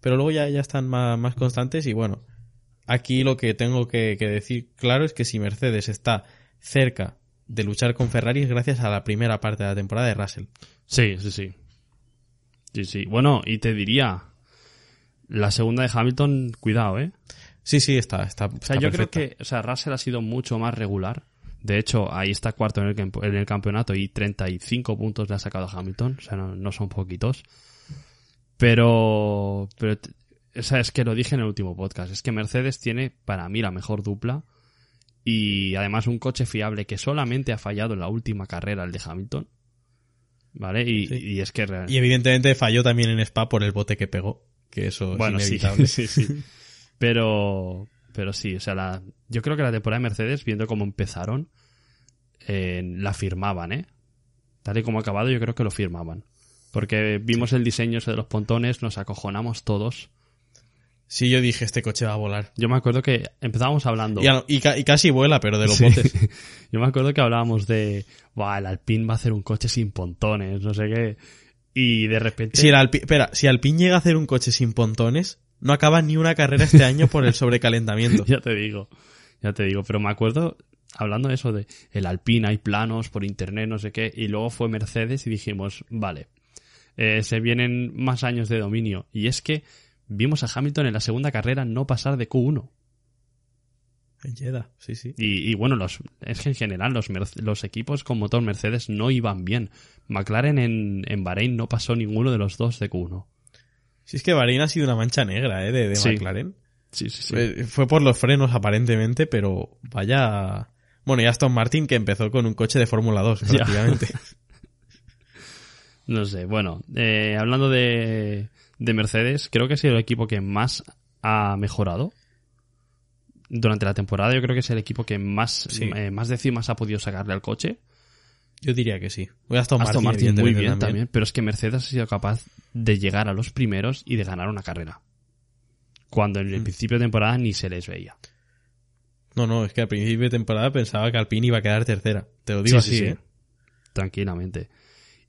[SPEAKER 1] Pero luego ya, ya están más, más constantes y bueno, aquí lo que tengo que, que decir claro es que si Mercedes está cerca de luchar con Ferrari es gracias a la primera parte de la temporada de Russell.
[SPEAKER 6] Sí, sí, sí. Sí, sí. Bueno, y te diría, la segunda de Hamilton, cuidado, ¿eh?
[SPEAKER 1] Sí, sí, está, está,
[SPEAKER 6] O sea, yo creo que, o sea, Russell ha sido mucho más regular. De hecho, ahí está cuarto en el, camp- en el campeonato y 35 puntos le ha sacado a Hamilton. O sea, no, no son poquitos. Pero, pero, t- o sea, es que lo dije en el último podcast. Es que Mercedes tiene, para mí, la mejor dupla. Y además un coche fiable que solamente ha fallado en la última carrera, el de Hamilton. ¿Vale? Y,
[SPEAKER 1] Sí.
[SPEAKER 6] y es que realmente...
[SPEAKER 1] Y evidentemente falló también en Spa por el bote que pegó, que eso
[SPEAKER 6] Bueno,
[SPEAKER 1] es
[SPEAKER 6] sí,
[SPEAKER 1] inevitable.
[SPEAKER 6] sí, sí. Pero, pero sí, o sea, la, yo creo que la temporada de Mercedes, viendo cómo empezaron, eh, la firmaban, ¿eh? Tal y como ha acabado, yo creo que lo firmaban. Porque vimos el diseño ese de los pontones, nos acojonamos todos.
[SPEAKER 1] Sí, yo dije, este coche va a volar.
[SPEAKER 6] Yo me acuerdo que empezábamos hablando.
[SPEAKER 1] Y, a lo- y ca- y casi vuela, pero de los
[SPEAKER 6] Sí.
[SPEAKER 1] botes.
[SPEAKER 6] Yo me acuerdo que hablábamos de, Buah, el Alpine va a hacer un coche sin pontones, no sé qué. Y de repente...
[SPEAKER 1] Si el Alpi- espera, si Alpine llega a hacer un coche sin pontones, no acaba ni una carrera este año por el sobrecalentamiento.
[SPEAKER 6] Ya te digo, ya te digo, pero me acuerdo hablando de eso de el Alpine, hay planos por internet, no sé qué, y luego fue Mercedes y dijimos, vale, eh, se vienen más años de dominio. Y es que vimos a Hamilton en la segunda carrera no pasar de Q1.
[SPEAKER 1] En Jeddah, sí, sí.
[SPEAKER 6] Y, y bueno, los, es que en general los, Merce- los equipos con motor Mercedes no iban bien. McLaren en, en Bahrein no pasó ninguno de los dos de Q1.
[SPEAKER 1] Si es que Bahrein ha sido una mancha negra, ¿eh? De, de
[SPEAKER 6] Sí.
[SPEAKER 1] McLaren.
[SPEAKER 6] Sí, sí, sí.
[SPEAKER 1] Eh, Fue por los frenos, aparentemente, pero vaya... Bueno, y Aston Martin, que empezó con un coche de Fórmula 2,
[SPEAKER 6] Ya.
[SPEAKER 1] prácticamente.
[SPEAKER 6] No sé, bueno, eh, hablando de, de Mercedes, creo que ha sido el equipo que más ha mejorado durante la temporada. Yo creo que es el equipo que más,
[SPEAKER 1] Sí.
[SPEAKER 6] eh, más décimas ha podido sacarle al coche.
[SPEAKER 1] Yo diría que sí. Voy a Aston,
[SPEAKER 6] Aston Martin,
[SPEAKER 1] Martin
[SPEAKER 6] muy
[SPEAKER 1] evidentemente,
[SPEAKER 6] bien también. pero es que Mercedes ha sido capaz de llegar a los primeros y de ganar una carrera. Cuando en el
[SPEAKER 1] Mm.
[SPEAKER 6] principio de temporada ni se les veía.
[SPEAKER 1] No, no, es que al principio de temporada pensaba que Alpine iba a quedar tercera. Te lo digo
[SPEAKER 6] Sí,
[SPEAKER 1] así,
[SPEAKER 6] sí, sí.
[SPEAKER 1] ¿eh?
[SPEAKER 6] Tranquilamente.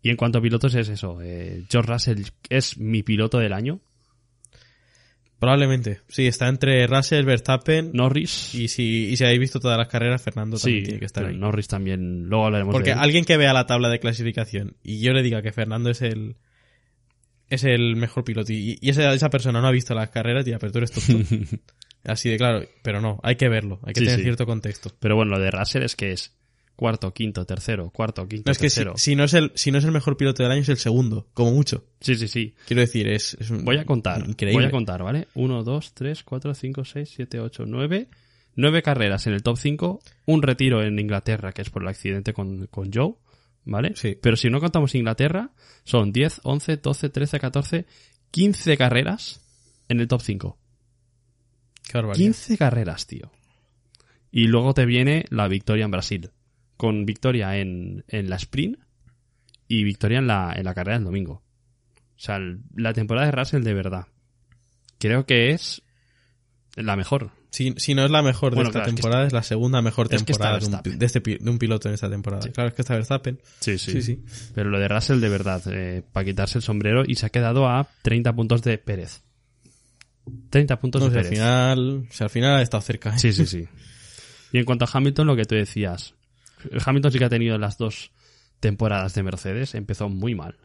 [SPEAKER 6] Y en cuanto a pilotos es eso. eh, George Russell es mi piloto del año.
[SPEAKER 1] Probablemente. Sí, está entre Russell, Verstappen.
[SPEAKER 6] Norris.
[SPEAKER 1] Y, si, y si habéis visto todas las carreras, Fernando también
[SPEAKER 6] sí,
[SPEAKER 1] tiene que estar
[SPEAKER 6] pero
[SPEAKER 1] ahí.
[SPEAKER 6] Norris también. Luego hablaremos
[SPEAKER 1] Porque
[SPEAKER 6] de él.
[SPEAKER 1] alguien que vea la tabla de clasificación y yo le diga que Fernando es el es el mejor piloto y, y esa, esa persona no ha visto las carreras, tía, pero tú eres tonto. Así de claro, pero no, hay que verlo, hay que
[SPEAKER 6] Sí,
[SPEAKER 1] tener
[SPEAKER 6] sí.
[SPEAKER 1] cierto contexto.
[SPEAKER 6] Pero bueno, lo de Russell es que es cuarto, quinto, tercero, cuarto, quinto,
[SPEAKER 1] No es que si,
[SPEAKER 6] tercero.
[SPEAKER 1] si no es el si no es el mejor piloto del año es el segundo, como mucho.
[SPEAKER 6] Sí, sí, sí.
[SPEAKER 1] Quiero decir, es, es un-
[SPEAKER 6] Voy a contar.
[SPEAKER 1] increíble.
[SPEAKER 6] Voy a contar, ¿vale? 1, 2, 3, 4, 5, 6, 7, 8, 9. 9 carreras en el top 5. Un retiro en Inglaterra, que es por el accidente con, con Joe, ¿vale?
[SPEAKER 1] Sí.
[SPEAKER 6] Pero si no contamos Inglaterra, son 10, 11, 12, 13, 14, 15 carreras en el top 5.
[SPEAKER 1] Qué barbaridad.
[SPEAKER 6] 15 carreras, tío. Y luego te viene la victoria en Brasil. Con victoria en, en la sprint y victoria en la, en la carrera del domingo. O sea, el- la temporada de Russell de verdad. Creo que es la mejor.
[SPEAKER 1] Si, si no es la mejor de
[SPEAKER 6] Bueno,
[SPEAKER 1] esta
[SPEAKER 6] claro, es que
[SPEAKER 1] temporada, es, la segunda mejor
[SPEAKER 6] es que está
[SPEAKER 1] temporada de un pi-
[SPEAKER 6] Verstappen.
[SPEAKER 1] de, este pi- de un piloto en esta temporada. Claro, es que está Verstappen. Sí, sí.
[SPEAKER 6] Pero lo de Russell de verdad, para quitarse el sombrero y se ha quedado a 30 puntos de Pérez. 30 puntos
[SPEAKER 1] No,
[SPEAKER 6] de
[SPEAKER 1] si al
[SPEAKER 6] Pérez.
[SPEAKER 1] final, si al final ha estado cerca. ¿eh?
[SPEAKER 6] Sí, sí, sí. Y en cuanto a Hamilton, lo que tú decías. Hamilton sí que ha tenido las dos temporadas de Mercedes. Empezó muy mal.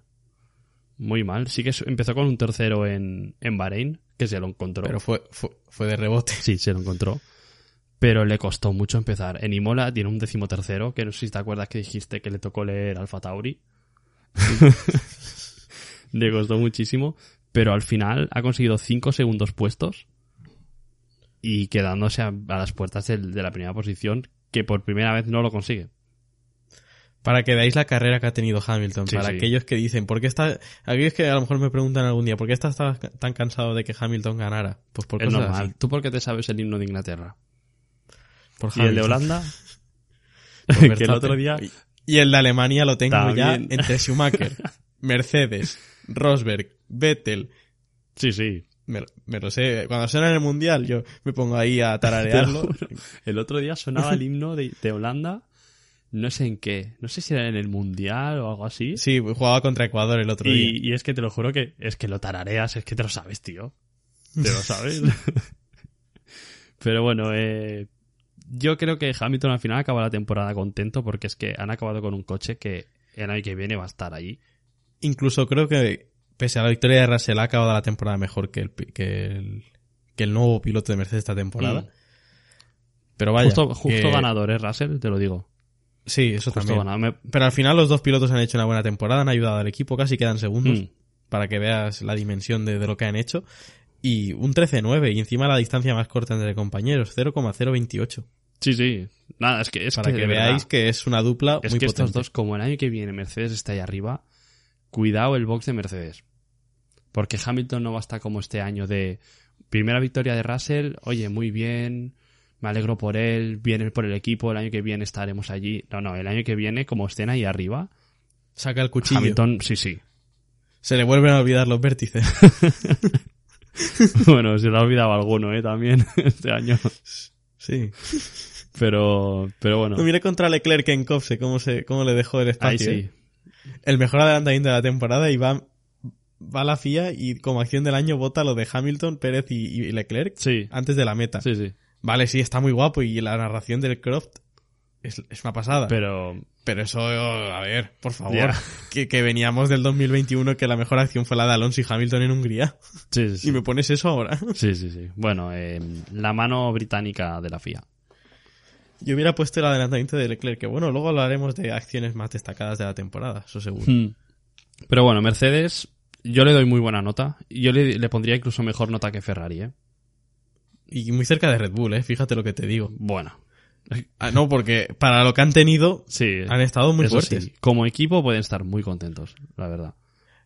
[SPEAKER 6] Muy mal. Sí que su- empezó con un tercero en, en Bahrein, que se lo encontró.
[SPEAKER 1] Pero fue, fue, fue de rebote.
[SPEAKER 6] Sí, se lo encontró. Pero le costó mucho empezar. En Imola tiene un decimotercero, que no sé si te acuerdas que dijiste que le tocó leer Alfa Tauri. le costó muchísimo. Pero al final ha conseguido cinco segundos puestos y quedándose a, a las puertas del- de la primera posición, que por primera vez no lo consigue.
[SPEAKER 1] Para que veáis la carrera que ha tenido Hamilton.
[SPEAKER 6] Sí,
[SPEAKER 1] para
[SPEAKER 6] sí.
[SPEAKER 1] aquellos que dicen, ¿por qué está.? Aquellos que a lo mejor me preguntan algún día, ¿por qué estás tan- tan cansado de que Hamilton ganara? Pues por
[SPEAKER 6] Es
[SPEAKER 1] cosas
[SPEAKER 6] normal.
[SPEAKER 1] así.
[SPEAKER 6] ¿Tú por qué te sabes el himno de Inglaterra?
[SPEAKER 1] Por
[SPEAKER 6] ¿Y el de
[SPEAKER 1] Hamilton,
[SPEAKER 6] Holanda?
[SPEAKER 1] por
[SPEAKER 6] que el
[SPEAKER 1] Verstappen.
[SPEAKER 6] otro día-
[SPEAKER 1] Y- Y el de Alemania lo tengo
[SPEAKER 6] También.
[SPEAKER 1] ya entre Schumacher, Mercedes, Rosberg, Vettel.
[SPEAKER 6] Sí, sí.
[SPEAKER 1] Me, lo- me lo sé. Cuando suena en el mundial, yo me pongo ahí a
[SPEAKER 6] Te
[SPEAKER 1] tararearlo.
[SPEAKER 6] lo juro. El otro día sonaba el himno de, de Holanda, no sé en qué, no sé si era en el Mundial o algo así.
[SPEAKER 1] Sí, jugaba contra Ecuador el otro día.
[SPEAKER 6] y, y es que te lo juro que es que lo tarareas, es que te lo sabes, tío. Te lo sabes. Pero bueno, eh, yo creo que Hamilton al final acaba la temporada contento porque es que han acabado con un coche que el año que viene va a estar ahí.
[SPEAKER 1] Incluso creo que, pese a la victoria de Russell, ha acabado la temporada mejor que el, pi- que el, que el nuevo piloto de Mercedes esta temporada.
[SPEAKER 6] Mm.
[SPEAKER 1] Pero vaya.
[SPEAKER 6] justo justo
[SPEAKER 1] Ah, que-
[SPEAKER 6] ganador, ¿eh, Russell? Te lo digo.
[SPEAKER 1] Sí, eso
[SPEAKER 6] Justo
[SPEAKER 1] también.
[SPEAKER 6] ganador. Me-
[SPEAKER 1] Pero al final los dos pilotos han hecho una buena temporada, han ayudado al equipo, casi quedan segundos,
[SPEAKER 6] Mm.
[SPEAKER 1] para que veas la dimensión de, de lo que han hecho. Y un 13-9, y encima la distancia más corta entre compañeros, 0,028.
[SPEAKER 6] Sí, sí. Nada, es que es
[SPEAKER 1] para que,
[SPEAKER 6] de verdad.
[SPEAKER 1] veáis que es una dupla
[SPEAKER 6] Es
[SPEAKER 1] muy
[SPEAKER 6] que
[SPEAKER 1] potente.
[SPEAKER 6] estos dos, como el año que viene Mercedes está ahí arriba, cuidado el box de Mercedes. Porque Hamilton no va a estar como este año de primera victoria de Russell, oye, muy bien, me alegro por él, viene por el equipo, el año que viene estaremos allí. No, no, el año que viene, como estén ahí arriba,
[SPEAKER 1] Saca el cuchillo.
[SPEAKER 6] Hamilton, sí, sí.
[SPEAKER 1] Se le vuelven a olvidar los vértices.
[SPEAKER 6] bueno, se lo ha olvidado alguno, ¿eh? También este año.
[SPEAKER 1] sí.
[SPEAKER 6] Pero, pero bueno,
[SPEAKER 1] Lo miré contra Leclerc en Copse, cómo, se, cómo le dejó el
[SPEAKER 6] ahí
[SPEAKER 1] espacio. ¿eh?
[SPEAKER 6] sí.
[SPEAKER 1] El mejor adelantamiento de la temporada y va, va la FIA y como acción del año vota lo de Hamilton, Pérez y, y Leclerc
[SPEAKER 6] Sí,
[SPEAKER 1] antes de la meta.
[SPEAKER 6] sí, sí.
[SPEAKER 1] Vale, sí, está muy guapo y la narración del Croft es, es una pasada. Pero,
[SPEAKER 6] Pero
[SPEAKER 1] eso, a ver, por favor,
[SPEAKER 6] Ya.
[SPEAKER 1] que, que veníamos del 2021 que la mejor acción fue la de Alonso y Hamilton en Hungría.
[SPEAKER 6] sí, sí, sí.
[SPEAKER 1] Y me pones eso ahora.
[SPEAKER 6] Sí, sí, sí. Bueno, eh, la mano británica de la FIA.
[SPEAKER 1] Yo hubiera puesto el adelantamiento de Leclerc, que bueno, luego hablaremos de acciones más destacadas de la temporada, eso seguro.
[SPEAKER 6] Hmm. Pero bueno, Mercedes, yo le doy muy buena nota. Yo le, le pondría incluso mejor nota que Ferrari, ¿eh?
[SPEAKER 1] Y muy cerca de Red Bull, ¿eh? fíjate lo que te digo.
[SPEAKER 6] Bueno,
[SPEAKER 1] Ah, no, porque para lo que han tenido,
[SPEAKER 6] sí.
[SPEAKER 1] han estado muy
[SPEAKER 6] eso
[SPEAKER 1] fuertes.
[SPEAKER 6] sí, como equipo pueden estar muy contentos, la verdad.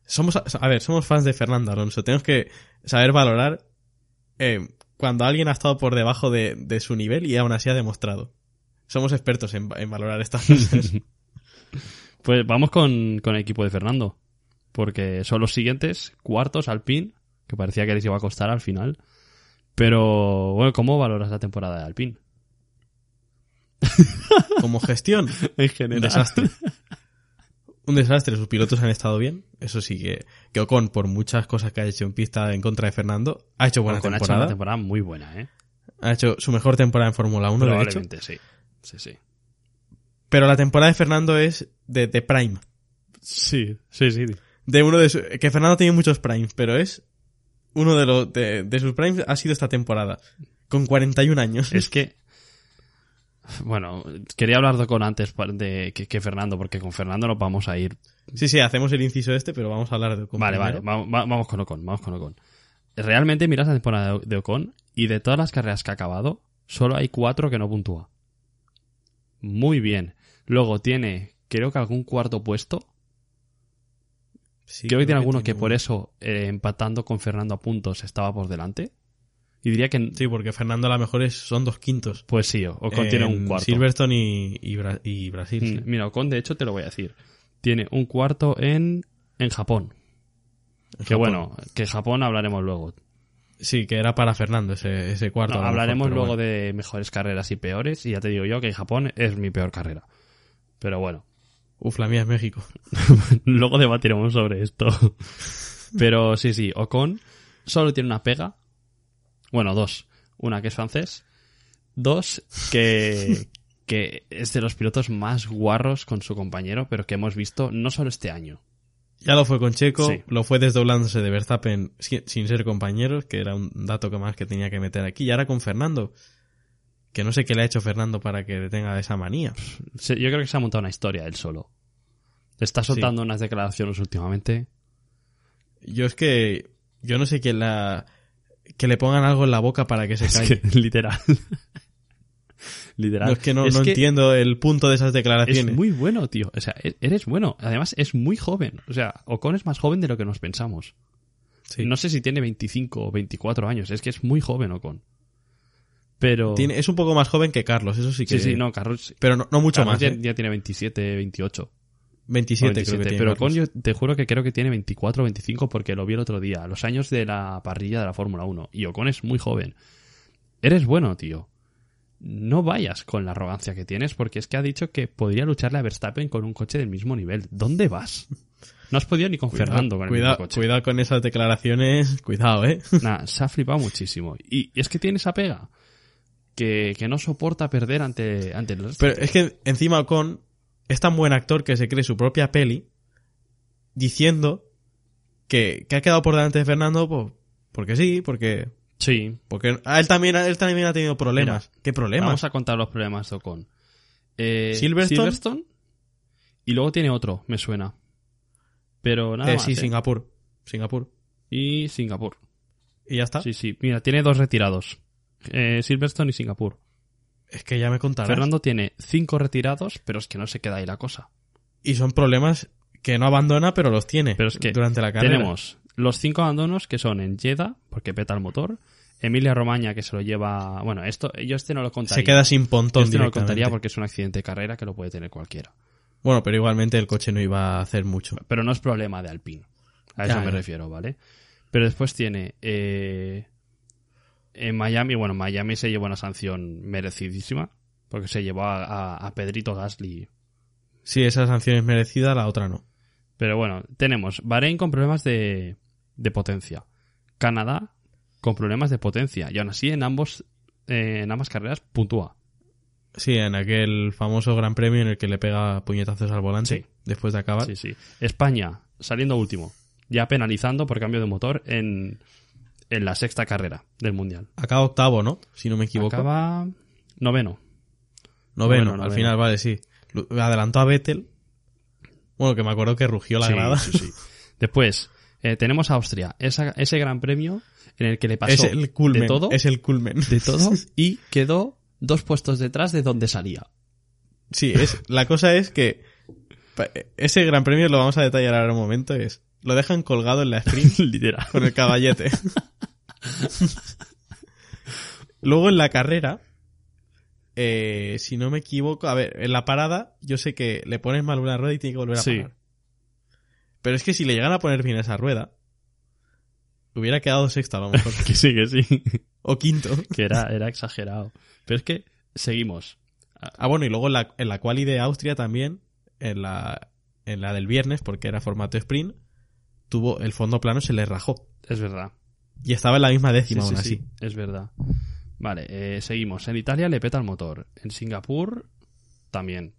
[SPEAKER 1] Somos, a a ver, somos fans de Fernando Alonso. Tenemos que saber valorar eh, cuando alguien ha estado por debajo de, de su nivel y aún así ha demostrado. Somos expertos en, va- en valorar estas cosas.
[SPEAKER 6] Pues vamos con, con el equipo de Fernando. Porque son los siguientes, cuartos, Alpine, que parecía que les iba a costar al final. Pero, bueno, ¿cómo valoras la temporada de Alpine?
[SPEAKER 1] Como gestión,
[SPEAKER 6] En
[SPEAKER 1] un
[SPEAKER 6] general.
[SPEAKER 1] desastre. Un desastre, sus pilotos han estado bien. Eso sí que, que Ocon, por muchas cosas que ha hecho en pista en contra de Fernando, ha hecho buena
[SPEAKER 6] Ocon ha hecho
[SPEAKER 1] temporada.
[SPEAKER 6] una temporada muy buena, ¿eh?
[SPEAKER 1] Ha hecho su mejor temporada en Fórmula 1, de hecho.
[SPEAKER 6] Probablemente, sí. Sí, sí.
[SPEAKER 1] Pero la temporada de Fernando es de, de Prime.
[SPEAKER 6] Sí, sí, sí.
[SPEAKER 1] De uno de su- que Fernando tiene muchos primes, pero es uno de los de, de sus primes ha sido esta temporada con 41 años.
[SPEAKER 6] Es que. Bueno, quería hablar de con antes pa- de que, que Fernando, porque con Fernando nos vamos a ir.
[SPEAKER 1] Sí, sí, hacemos el inciso este, pero vamos a hablar de Ocon
[SPEAKER 6] vale, vale,
[SPEAKER 1] primero.
[SPEAKER 6] va- va- vamos con Ocon, vamos con Ocon. Realmente miras la temporada de- de Ocon y de todas las carreras que ha acabado, solo hay cuatro que no puntúa. Muy bien. Luego tiene, creo que algún cuarto puesto.
[SPEAKER 1] Sí,
[SPEAKER 6] creo que tiene alguno que
[SPEAKER 1] tiene
[SPEAKER 6] por
[SPEAKER 1] uno.
[SPEAKER 6] eso, eh, empatando con Fernando a puntos, estaba por delante. Y diría que.
[SPEAKER 1] Sí, porque Fernando a lo mejor es- son dos quintos.
[SPEAKER 6] Pues sí, Ocon tiene
[SPEAKER 1] En
[SPEAKER 6] un cuarto.
[SPEAKER 1] Silverstone y, y Bra- y Brasil. sí.
[SPEAKER 6] Mm, Mira, Ocon, de hecho, te lo voy a decir. Tiene un cuarto en, en Japón.
[SPEAKER 1] En
[SPEAKER 6] Que
[SPEAKER 1] Japón.
[SPEAKER 6] bueno, que Japón hablaremos luego.
[SPEAKER 1] Sí, que era para Fernando ese, ese cuarto.
[SPEAKER 6] No,
[SPEAKER 1] a lo mejor,
[SPEAKER 6] hablaremos
[SPEAKER 1] pero
[SPEAKER 6] luego
[SPEAKER 1] bueno.
[SPEAKER 6] de mejores carreras y peores. Y ya te digo yo que en Japón es mi peor carrera. Pero bueno,
[SPEAKER 1] Uf, la mía es México.
[SPEAKER 6] luego debatiremos sobre esto. Pero sí, sí, Ocon solo tiene una pega. Bueno, dos. Una que es francés. Dos, que, que es de los pilotos más guarros con su compañero, pero que hemos visto no solo este año.
[SPEAKER 1] Ya lo fue con Checo,
[SPEAKER 6] Sí.
[SPEAKER 1] lo fue desdoblándose de Verstappen sin, sin ser compañeros, que era un dato que más que tenía que meter aquí. Y ahora con Fernando, que no sé qué le ha hecho Fernando para que tenga esa manía.
[SPEAKER 6] Se- yo creo que se ha montado una historia él solo. Está soltando unas declaraciones últimamente.
[SPEAKER 1] Yo es que yo no sé que la que le pongan algo en la boca para que se
[SPEAKER 6] Es
[SPEAKER 1] calle.
[SPEAKER 6] que, literal. literal.
[SPEAKER 1] no, es que no, no entiendo el punto de esas
[SPEAKER 6] Es
[SPEAKER 1] declaraciones.
[SPEAKER 6] muy bueno, tío. O sea, e- eres bueno. Además, es muy joven. O sea, Ocon es más joven de lo que nos pensamos.
[SPEAKER 1] Sí.
[SPEAKER 6] No sé si tiene 25 o 24 años. Es que es muy joven Ocon. Pero...
[SPEAKER 1] Tiene- es un poco más joven que Carlos, eso sí que.
[SPEAKER 6] Sí, sí, no, Carlos...
[SPEAKER 1] Pero no, no mucho
[SPEAKER 6] Carlos
[SPEAKER 1] más.
[SPEAKER 6] ya,
[SPEAKER 1] ¿eh?
[SPEAKER 6] ya tiene 27, 28.
[SPEAKER 1] 27, creo
[SPEAKER 6] 27,
[SPEAKER 1] que tiene.
[SPEAKER 6] pero
[SPEAKER 1] Carlos.
[SPEAKER 6] Ocon yo te juro que creo que tiene 24 o 25 porque lo vi el otro día, a los años de la parrilla de la Fórmula 1. Y Ocon es muy joven. Eres bueno, tío. No vayas con la arrogancia que tienes porque es que ha dicho que podría lucharle a Verstappen con un coche del mismo nivel. ¿Dónde vas? No has podido ni con
[SPEAKER 1] Cuidado-
[SPEAKER 6] Fernando con el
[SPEAKER 1] cuidado-
[SPEAKER 6] mismo coche.
[SPEAKER 1] cuidado con esas declaraciones, cuidado, eh.
[SPEAKER 6] Nah, se ha flipado muchísimo. Y es que tiene esa pega. Que, que no soporta perder ante, ante el resto.
[SPEAKER 1] Pero es que encima Ocon es tan buen actor que se cree su propia peli diciendo que, que ha quedado por delante de Fernando pues, porque sí, porque
[SPEAKER 6] sí,
[SPEAKER 1] porque a él también él también ha tenido problemas. ¿Qué problemas? Eh,
[SPEAKER 6] Vamos a contar los problemas de Ocon. Eh,
[SPEAKER 1] Silverstone.
[SPEAKER 6] Y luego tiene otro, me suena. Pero nada
[SPEAKER 1] Eh,
[SPEAKER 6] más,
[SPEAKER 1] sí,
[SPEAKER 6] ¿eh?
[SPEAKER 1] Singapur. Singapur.
[SPEAKER 6] Y Singapur.
[SPEAKER 1] Y ya está.
[SPEAKER 6] Sí, sí. Mira, tiene dos retirados. Eh, Silverstone y Singapur.
[SPEAKER 1] Es que ya me contarás.
[SPEAKER 6] Fernando tiene cinco retirados, pero es que no se queda ahí la cosa.
[SPEAKER 1] Y son problemas que no abandona, pero los tiene
[SPEAKER 6] Pero es que
[SPEAKER 1] durante la carrera.
[SPEAKER 6] Tenemos los cinco abandonos que son en Jeddah, porque peta el motor. Emilia Romagna, que se lo lleva... Bueno, esto yo este no lo contaría.
[SPEAKER 1] se queda sin
[SPEAKER 6] Yo
[SPEAKER 1] pontón
[SPEAKER 6] este no lo
[SPEAKER 1] directamente.
[SPEAKER 6] contaría porque es un accidente de carrera que lo puede tener cualquiera.
[SPEAKER 1] Bueno, pero igualmente el coche no iba a hacer mucho.
[SPEAKER 6] pero no es problema de Alpine. A eso
[SPEAKER 1] Ya,
[SPEAKER 6] me
[SPEAKER 1] ya.
[SPEAKER 6] refiero, ¿vale? Pero después tiene eh, en Miami, bueno, Miami se llevó una sanción merecidísima porque se llevó a, a- a Pedrito Gasly.
[SPEAKER 1] Sí, esa sanción es merecida, la otra no.
[SPEAKER 6] Pero bueno, tenemos Bahrein con problemas de, de potencia, Canadá con problemas de potencia y aún así en ambos eh, en ambas carreras puntúa.
[SPEAKER 1] Sí, en aquel famoso gran premio en el que le pega puñetazos al volante
[SPEAKER 6] Sí.
[SPEAKER 1] después de acabar.
[SPEAKER 6] Sí, sí. España saliendo último, ya penalizando por cambio de motor en, en la sexta carrera del mundial.
[SPEAKER 1] Acaba octavo, ¿no? Si no me equivoco.
[SPEAKER 6] Acaba noveno.
[SPEAKER 1] noveno,
[SPEAKER 6] noveno,
[SPEAKER 1] al
[SPEAKER 6] noveno.
[SPEAKER 1] final, vale, sí. Lu- Adelantó a Vettel. Bueno, que me acuerdo que rugió la
[SPEAKER 6] Sí,
[SPEAKER 1] grada.
[SPEAKER 6] sí, sí. Después, eh, tenemos a Austria. Esa- ese gran premio en el que le pasó
[SPEAKER 1] Es el culmen.
[SPEAKER 6] de todo,
[SPEAKER 1] Es el culmen.
[SPEAKER 6] de todo y quedó dos puestos detrás de donde salía.
[SPEAKER 1] Sí, es, la cosa es que pa- ese gran premio lo vamos a detallar ahora un momento. Es, lo dejan colgado en la sprint
[SPEAKER 6] Literal.
[SPEAKER 1] con el caballete. Luego en la carrera eh, si no me equivoco, a ver, en la parada yo sé que le pones mal una rueda y tiene que volver a
[SPEAKER 6] Sí.
[SPEAKER 1] parar. Pero es que si le llegan a poner bien esa rueda, hubiera quedado sexto a lo mejor.
[SPEAKER 6] Que sí, que sí.
[SPEAKER 1] o quinto.
[SPEAKER 6] que era, era exagerado. Pero es que seguimos.
[SPEAKER 1] Ah, bueno, y luego en la, en la quali de Austria también, en la, en la del viernes, porque era formato sprint, tuvo el fondo plano se le rajó.
[SPEAKER 6] Es verdad.
[SPEAKER 1] Y estaba en la misma
[SPEAKER 6] Sí,
[SPEAKER 1] décima
[SPEAKER 6] sí,
[SPEAKER 1] aún así.
[SPEAKER 6] sí, es verdad. Vale, eh, seguimos. En Italia le peta el motor. En Singapur también.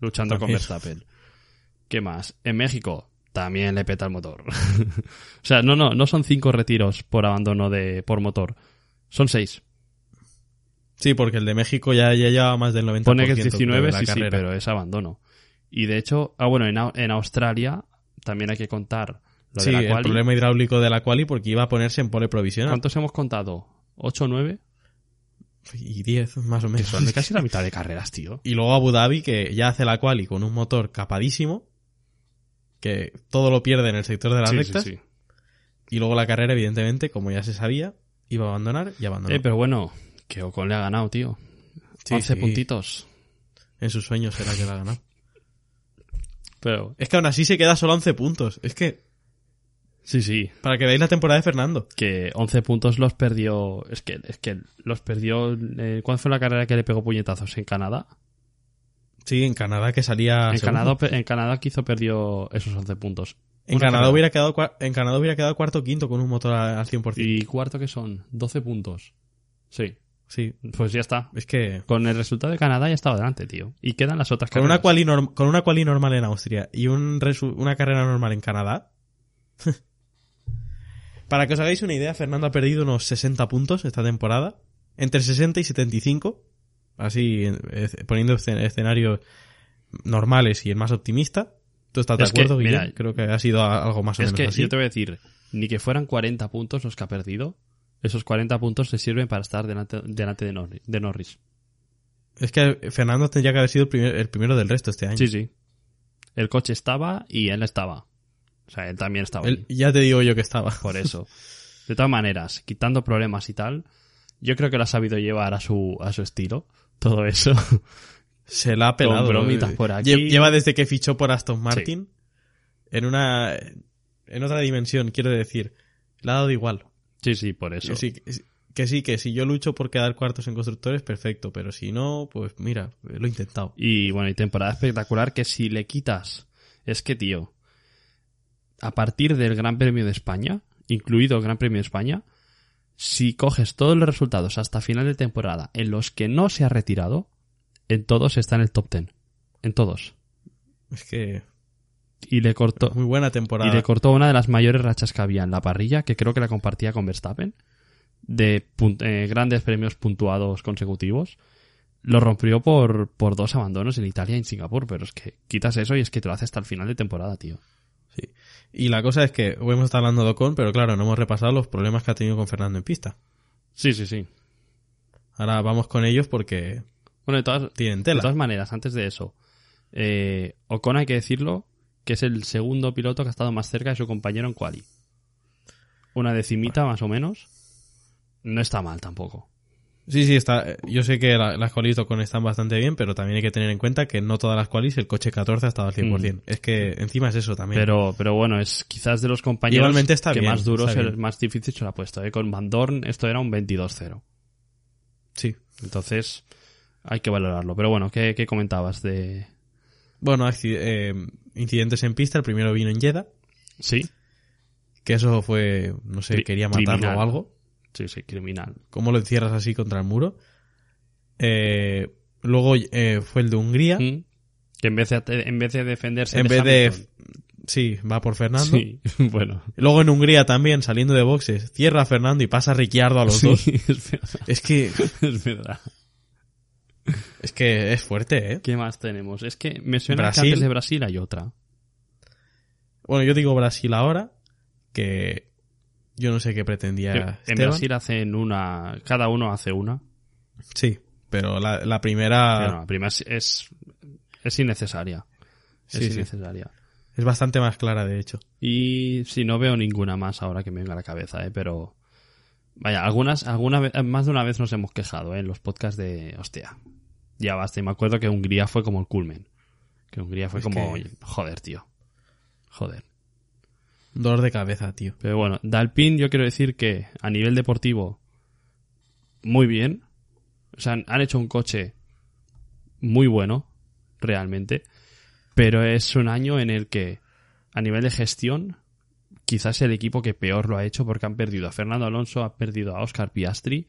[SPEAKER 6] Luchando con
[SPEAKER 1] También.
[SPEAKER 6] Verstappen. ¿Qué más? En México también le peta el motor. o sea, no, no, no son cinco retiros por abandono de por motor. Son seis.
[SPEAKER 1] Sí, porque el de México ya, ya llevaba más del 90%
[SPEAKER 6] Pone que es
[SPEAKER 1] de
[SPEAKER 6] 19,
[SPEAKER 1] la
[SPEAKER 6] sí, sí,
[SPEAKER 1] carrera.
[SPEAKER 6] pero es abandono. Y de hecho, ah, bueno, en, Au- en Australia también hay que contar lo
[SPEAKER 1] Sí,
[SPEAKER 6] de la
[SPEAKER 1] el
[SPEAKER 6] quali.
[SPEAKER 1] problema hidráulico de la quali porque iba a ponerse en pole provisional.
[SPEAKER 6] ¿Cuántos hemos contado? ¿8 9?
[SPEAKER 1] Y 10, más o
[SPEAKER 6] Que
[SPEAKER 1] menos.
[SPEAKER 6] son de casi la mitad de carreras, tío.
[SPEAKER 1] Y luego Abu Dhabi, que ya hace la quali con un motor capadísimo, que todo lo pierde en el sector de las rectas. Y luego la carrera, evidentemente, como ya se sabía, iba a abandonar y abandonó.
[SPEAKER 6] Eh, pero bueno, que Ocon le ha ganado, tío.
[SPEAKER 1] Sí,
[SPEAKER 6] 11
[SPEAKER 1] sí.
[SPEAKER 6] puntitos.
[SPEAKER 1] En sus sueños será que la ha ganado.
[SPEAKER 6] Pero,
[SPEAKER 1] Es que aún así se queda solo 11 puntos. Es que,
[SPEAKER 6] sí, sí.
[SPEAKER 1] para que veáis la temporada de Fernando.
[SPEAKER 6] Que 11 puntos los perdió. Es que, es que los perdió. eh, ¿Cuál fue la carrera que le pegó puñetazos? ¿En Canadá?
[SPEAKER 1] Sí, en Canadá que salía.
[SPEAKER 6] en,
[SPEAKER 1] segundo.
[SPEAKER 6] Canadá pe- en Canadá quizo perdió esos 11 puntos.
[SPEAKER 1] En
[SPEAKER 6] Una
[SPEAKER 1] Canadá
[SPEAKER 6] carrera.
[SPEAKER 1] hubiera quedado, cua- en Canadá hubiera quedado cuarto o quinto con un motor a- al 100%.
[SPEAKER 6] Y cuarto que son 12 puntos. Sí.
[SPEAKER 1] Sí,
[SPEAKER 6] Pues ya está.
[SPEAKER 1] es que.
[SPEAKER 6] Con el resultado de Canadá ya estaba delante, tío. Y quedan las otras
[SPEAKER 1] Con
[SPEAKER 6] carreras.
[SPEAKER 1] una, quali norm- con una quali normal en Austria y un resu- una carrera normal en Canadá. Para que os hagáis una idea, Fernando ha perdido unos 60 puntos esta temporada. Entre 60 y 75. Así, en- eh, poniendo escen- escenarios normales y el más optimista. ¿Tú estás de
[SPEAKER 6] Es que,
[SPEAKER 1] acuerdo, Guillem?
[SPEAKER 6] mira,
[SPEAKER 1] Creo que ha sido a- algo más o
[SPEAKER 6] Es
[SPEAKER 1] menos
[SPEAKER 6] que
[SPEAKER 1] así.
[SPEAKER 6] yo te voy a decir, ni que fueran 40 puntos los que ha perdido, esos 40 puntos te sirven para estar delante, delante de, Norri- de Norris.
[SPEAKER 1] Es que Fernando tendría que haber sido el, primer- el primero del resto este año.
[SPEAKER 6] Sí, sí. El coche estaba y él estaba. O sea, él también estaba.
[SPEAKER 1] Él-
[SPEAKER 6] ahí.
[SPEAKER 1] ya te digo yo que estaba.
[SPEAKER 6] Por eso. De todas maneras, quitando problemas y tal, yo creo que lo ha sabido llevar a su, a su estilo. Todo eso.
[SPEAKER 1] Se la ha pelado.
[SPEAKER 6] bromitas por aquí.
[SPEAKER 1] Lle- Lleva desde que fichó por Aston Martin en una en otra dimensión, quiero decir. Le ha dado igual.
[SPEAKER 6] Sí, sí, por eso.
[SPEAKER 1] Que sí, que sí, que si yo lucho por quedar cuartos en constructores, perfecto. Pero si no, pues mira, lo he intentado.
[SPEAKER 6] Y bueno, y temporada espectacular que si le quitas. Es que, tío, a partir del Gran Premio de España, incluido el Gran Premio de España, si coges todos los resultados hasta final de temporada en los que no se ha retirado, en todos está en el top 10. En todos.
[SPEAKER 1] Es que
[SPEAKER 6] Y le cortó.
[SPEAKER 1] muy buena
[SPEAKER 6] Y
[SPEAKER 1] temporada.
[SPEAKER 6] le cortó una de las mayores rachas que había en la parrilla, que creo que la compartía con Verstappen, de pun- eh, grandes premios puntuados consecutivos. Lo rompió por, por dos abandonos en Italia y en Singapur, pero es que quitas eso y es que te lo hace hasta el final de temporada, tío.
[SPEAKER 1] Y la cosa es que hoy hemos estado hablando de Ocon, pero claro, no hemos repasado los problemas que ha tenido con Fernando en pista.
[SPEAKER 6] Sí, sí, sí.
[SPEAKER 1] Ahora vamos con ellos porque
[SPEAKER 6] Bueno, de todas,
[SPEAKER 1] tienen
[SPEAKER 6] de
[SPEAKER 1] tela.
[SPEAKER 6] todas maneras, antes de eso, eh, Ocon hay que decirlo que es el segundo piloto que ha estado más cerca de su compañero en Quali. Una decimita más o menos. No está mal tampoco.
[SPEAKER 1] Sí, sí, está. Yo sé que la- las qualis con están bastante bien, pero también hay que tener en cuenta que no todas las qualis el coche 14 ha estado al 100%. Es que encima es eso también.
[SPEAKER 6] Mm. Pero, pero bueno, es quizás de los compañeros
[SPEAKER 1] Igualmente está
[SPEAKER 6] que
[SPEAKER 1] bien,
[SPEAKER 6] más duro,
[SPEAKER 1] está
[SPEAKER 6] se-
[SPEAKER 1] bien.
[SPEAKER 6] más difícil se lo ha puesto. ¿eh? Con Van Dorn esto era un 22-0.
[SPEAKER 1] sí.
[SPEAKER 6] Entonces hay que valorarlo. Pero bueno, ¿qué, qué comentabas de...?
[SPEAKER 1] Bueno, acci- eh, incidentes en pista. El primero vino en Jeddah,
[SPEAKER 6] Sí.
[SPEAKER 1] que eso fue, no sé,
[SPEAKER 6] Cri-
[SPEAKER 1] quería matarlo
[SPEAKER 6] criminal.
[SPEAKER 1] o algo.
[SPEAKER 6] Sí, sí, criminal.
[SPEAKER 1] ¿Cómo lo encierras así contra el muro? Eh, luego eh, fue el de Hungría.
[SPEAKER 6] Mm. Que en vez de, en vez de defenderse...
[SPEAKER 1] En
[SPEAKER 6] de
[SPEAKER 1] vez de.
[SPEAKER 6] Hamilton.
[SPEAKER 1] Sí, va por Fernando.
[SPEAKER 6] Sí, bueno.
[SPEAKER 1] Luego en Hungría también, saliendo de boxes, cierra a Fernando y pasa a Ricciardo a los
[SPEAKER 6] Sí,
[SPEAKER 1] dos.
[SPEAKER 6] es verdad.
[SPEAKER 1] Es que,
[SPEAKER 6] Es verdad.
[SPEAKER 1] es que es fuerte, ¿eh?
[SPEAKER 6] ¿Qué más tenemos? Es que me suena que
[SPEAKER 1] Brasil.
[SPEAKER 6] antes de Brasil hay otra.
[SPEAKER 1] Bueno, yo digo Brasil ahora, que yo no sé qué pretendía.
[SPEAKER 6] en
[SPEAKER 1] Esteban.
[SPEAKER 6] Brasil hacen una... Cada uno hace una.
[SPEAKER 1] Sí, pero la, la
[SPEAKER 6] Pero no,
[SPEAKER 1] primera
[SPEAKER 6] la primera es, es, es innecesaria. Es
[SPEAKER 1] Sí, sí.
[SPEAKER 6] innecesaria.
[SPEAKER 1] es bastante más clara, de hecho.
[SPEAKER 6] Y si no veo ninguna más ahora que me venga a la cabeza, ¿eh? pero. Vaya, algunas, alguna vez, más de una vez nos hemos quejado ¿eh? en los podcasts de. Hostia, ya basta. Y me acuerdo que Hungría fue como el culmen. Que Hungría fue
[SPEAKER 1] Es
[SPEAKER 6] como,
[SPEAKER 1] que-
[SPEAKER 6] joder, tío. Joder.
[SPEAKER 1] Dolor de cabeza, tío.
[SPEAKER 6] Pero bueno, Dalpin yo quiero decir que a nivel deportivo, muy bien. O sea, han- han hecho un coche muy bueno, realmente. Pero es un año en el que, a nivel de gestión, quizás el equipo que peor lo ha hecho porque han perdido a Fernando Alonso, han perdido a Oscar Piastri.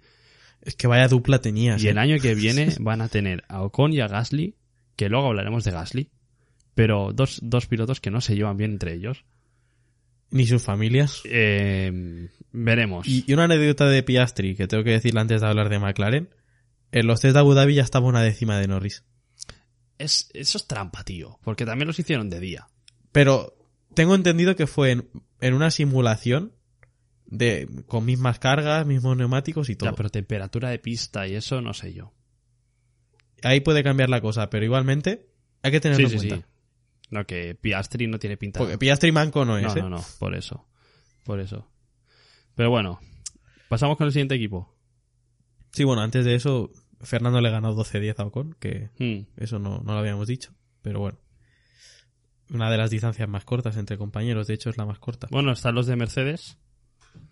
[SPEAKER 1] Es que vaya dupla tenías.
[SPEAKER 6] Y
[SPEAKER 1] eh.
[SPEAKER 6] el año que viene van a tener a Ocon y a Gasly, que luego hablaremos de Gasly. Pero dos, dos pilotos que no se llevan bien entre ellos.
[SPEAKER 1] Ni sus familias.
[SPEAKER 6] Eh, veremos.
[SPEAKER 1] Y, y una anécdota de Piastri que tengo que decirle antes de hablar de McLaren. En los test de Abu Dhabi ya estaba una décima de Norris.
[SPEAKER 6] Es, eso es trampa, tío. Porque también los hicieron de día.
[SPEAKER 1] Pero tengo entendido que fue en, en una simulación de con mismas cargas, mismos neumáticos y todo.
[SPEAKER 6] Ya, pero temperatura de pista y eso, no sé yo.
[SPEAKER 1] Ahí puede cambiar la cosa, pero igualmente hay que tenerlo en cuenta.
[SPEAKER 6] No, que Piastri no tiene pinta.
[SPEAKER 1] Porque Piastri manco no es,
[SPEAKER 6] no,
[SPEAKER 1] ¿eh?
[SPEAKER 6] no, no. Por eso. Por eso. Pero bueno. Pasamos con el siguiente equipo.
[SPEAKER 1] Sí, bueno, antes de eso, Fernando le ganó 12-10 a Ocon, que
[SPEAKER 6] Hmm.
[SPEAKER 1] eso no, no lo habíamos dicho, pero bueno. Una de las distancias más cortas entre compañeros, de hecho es la más corta.
[SPEAKER 6] Bueno, están los de Mercedes.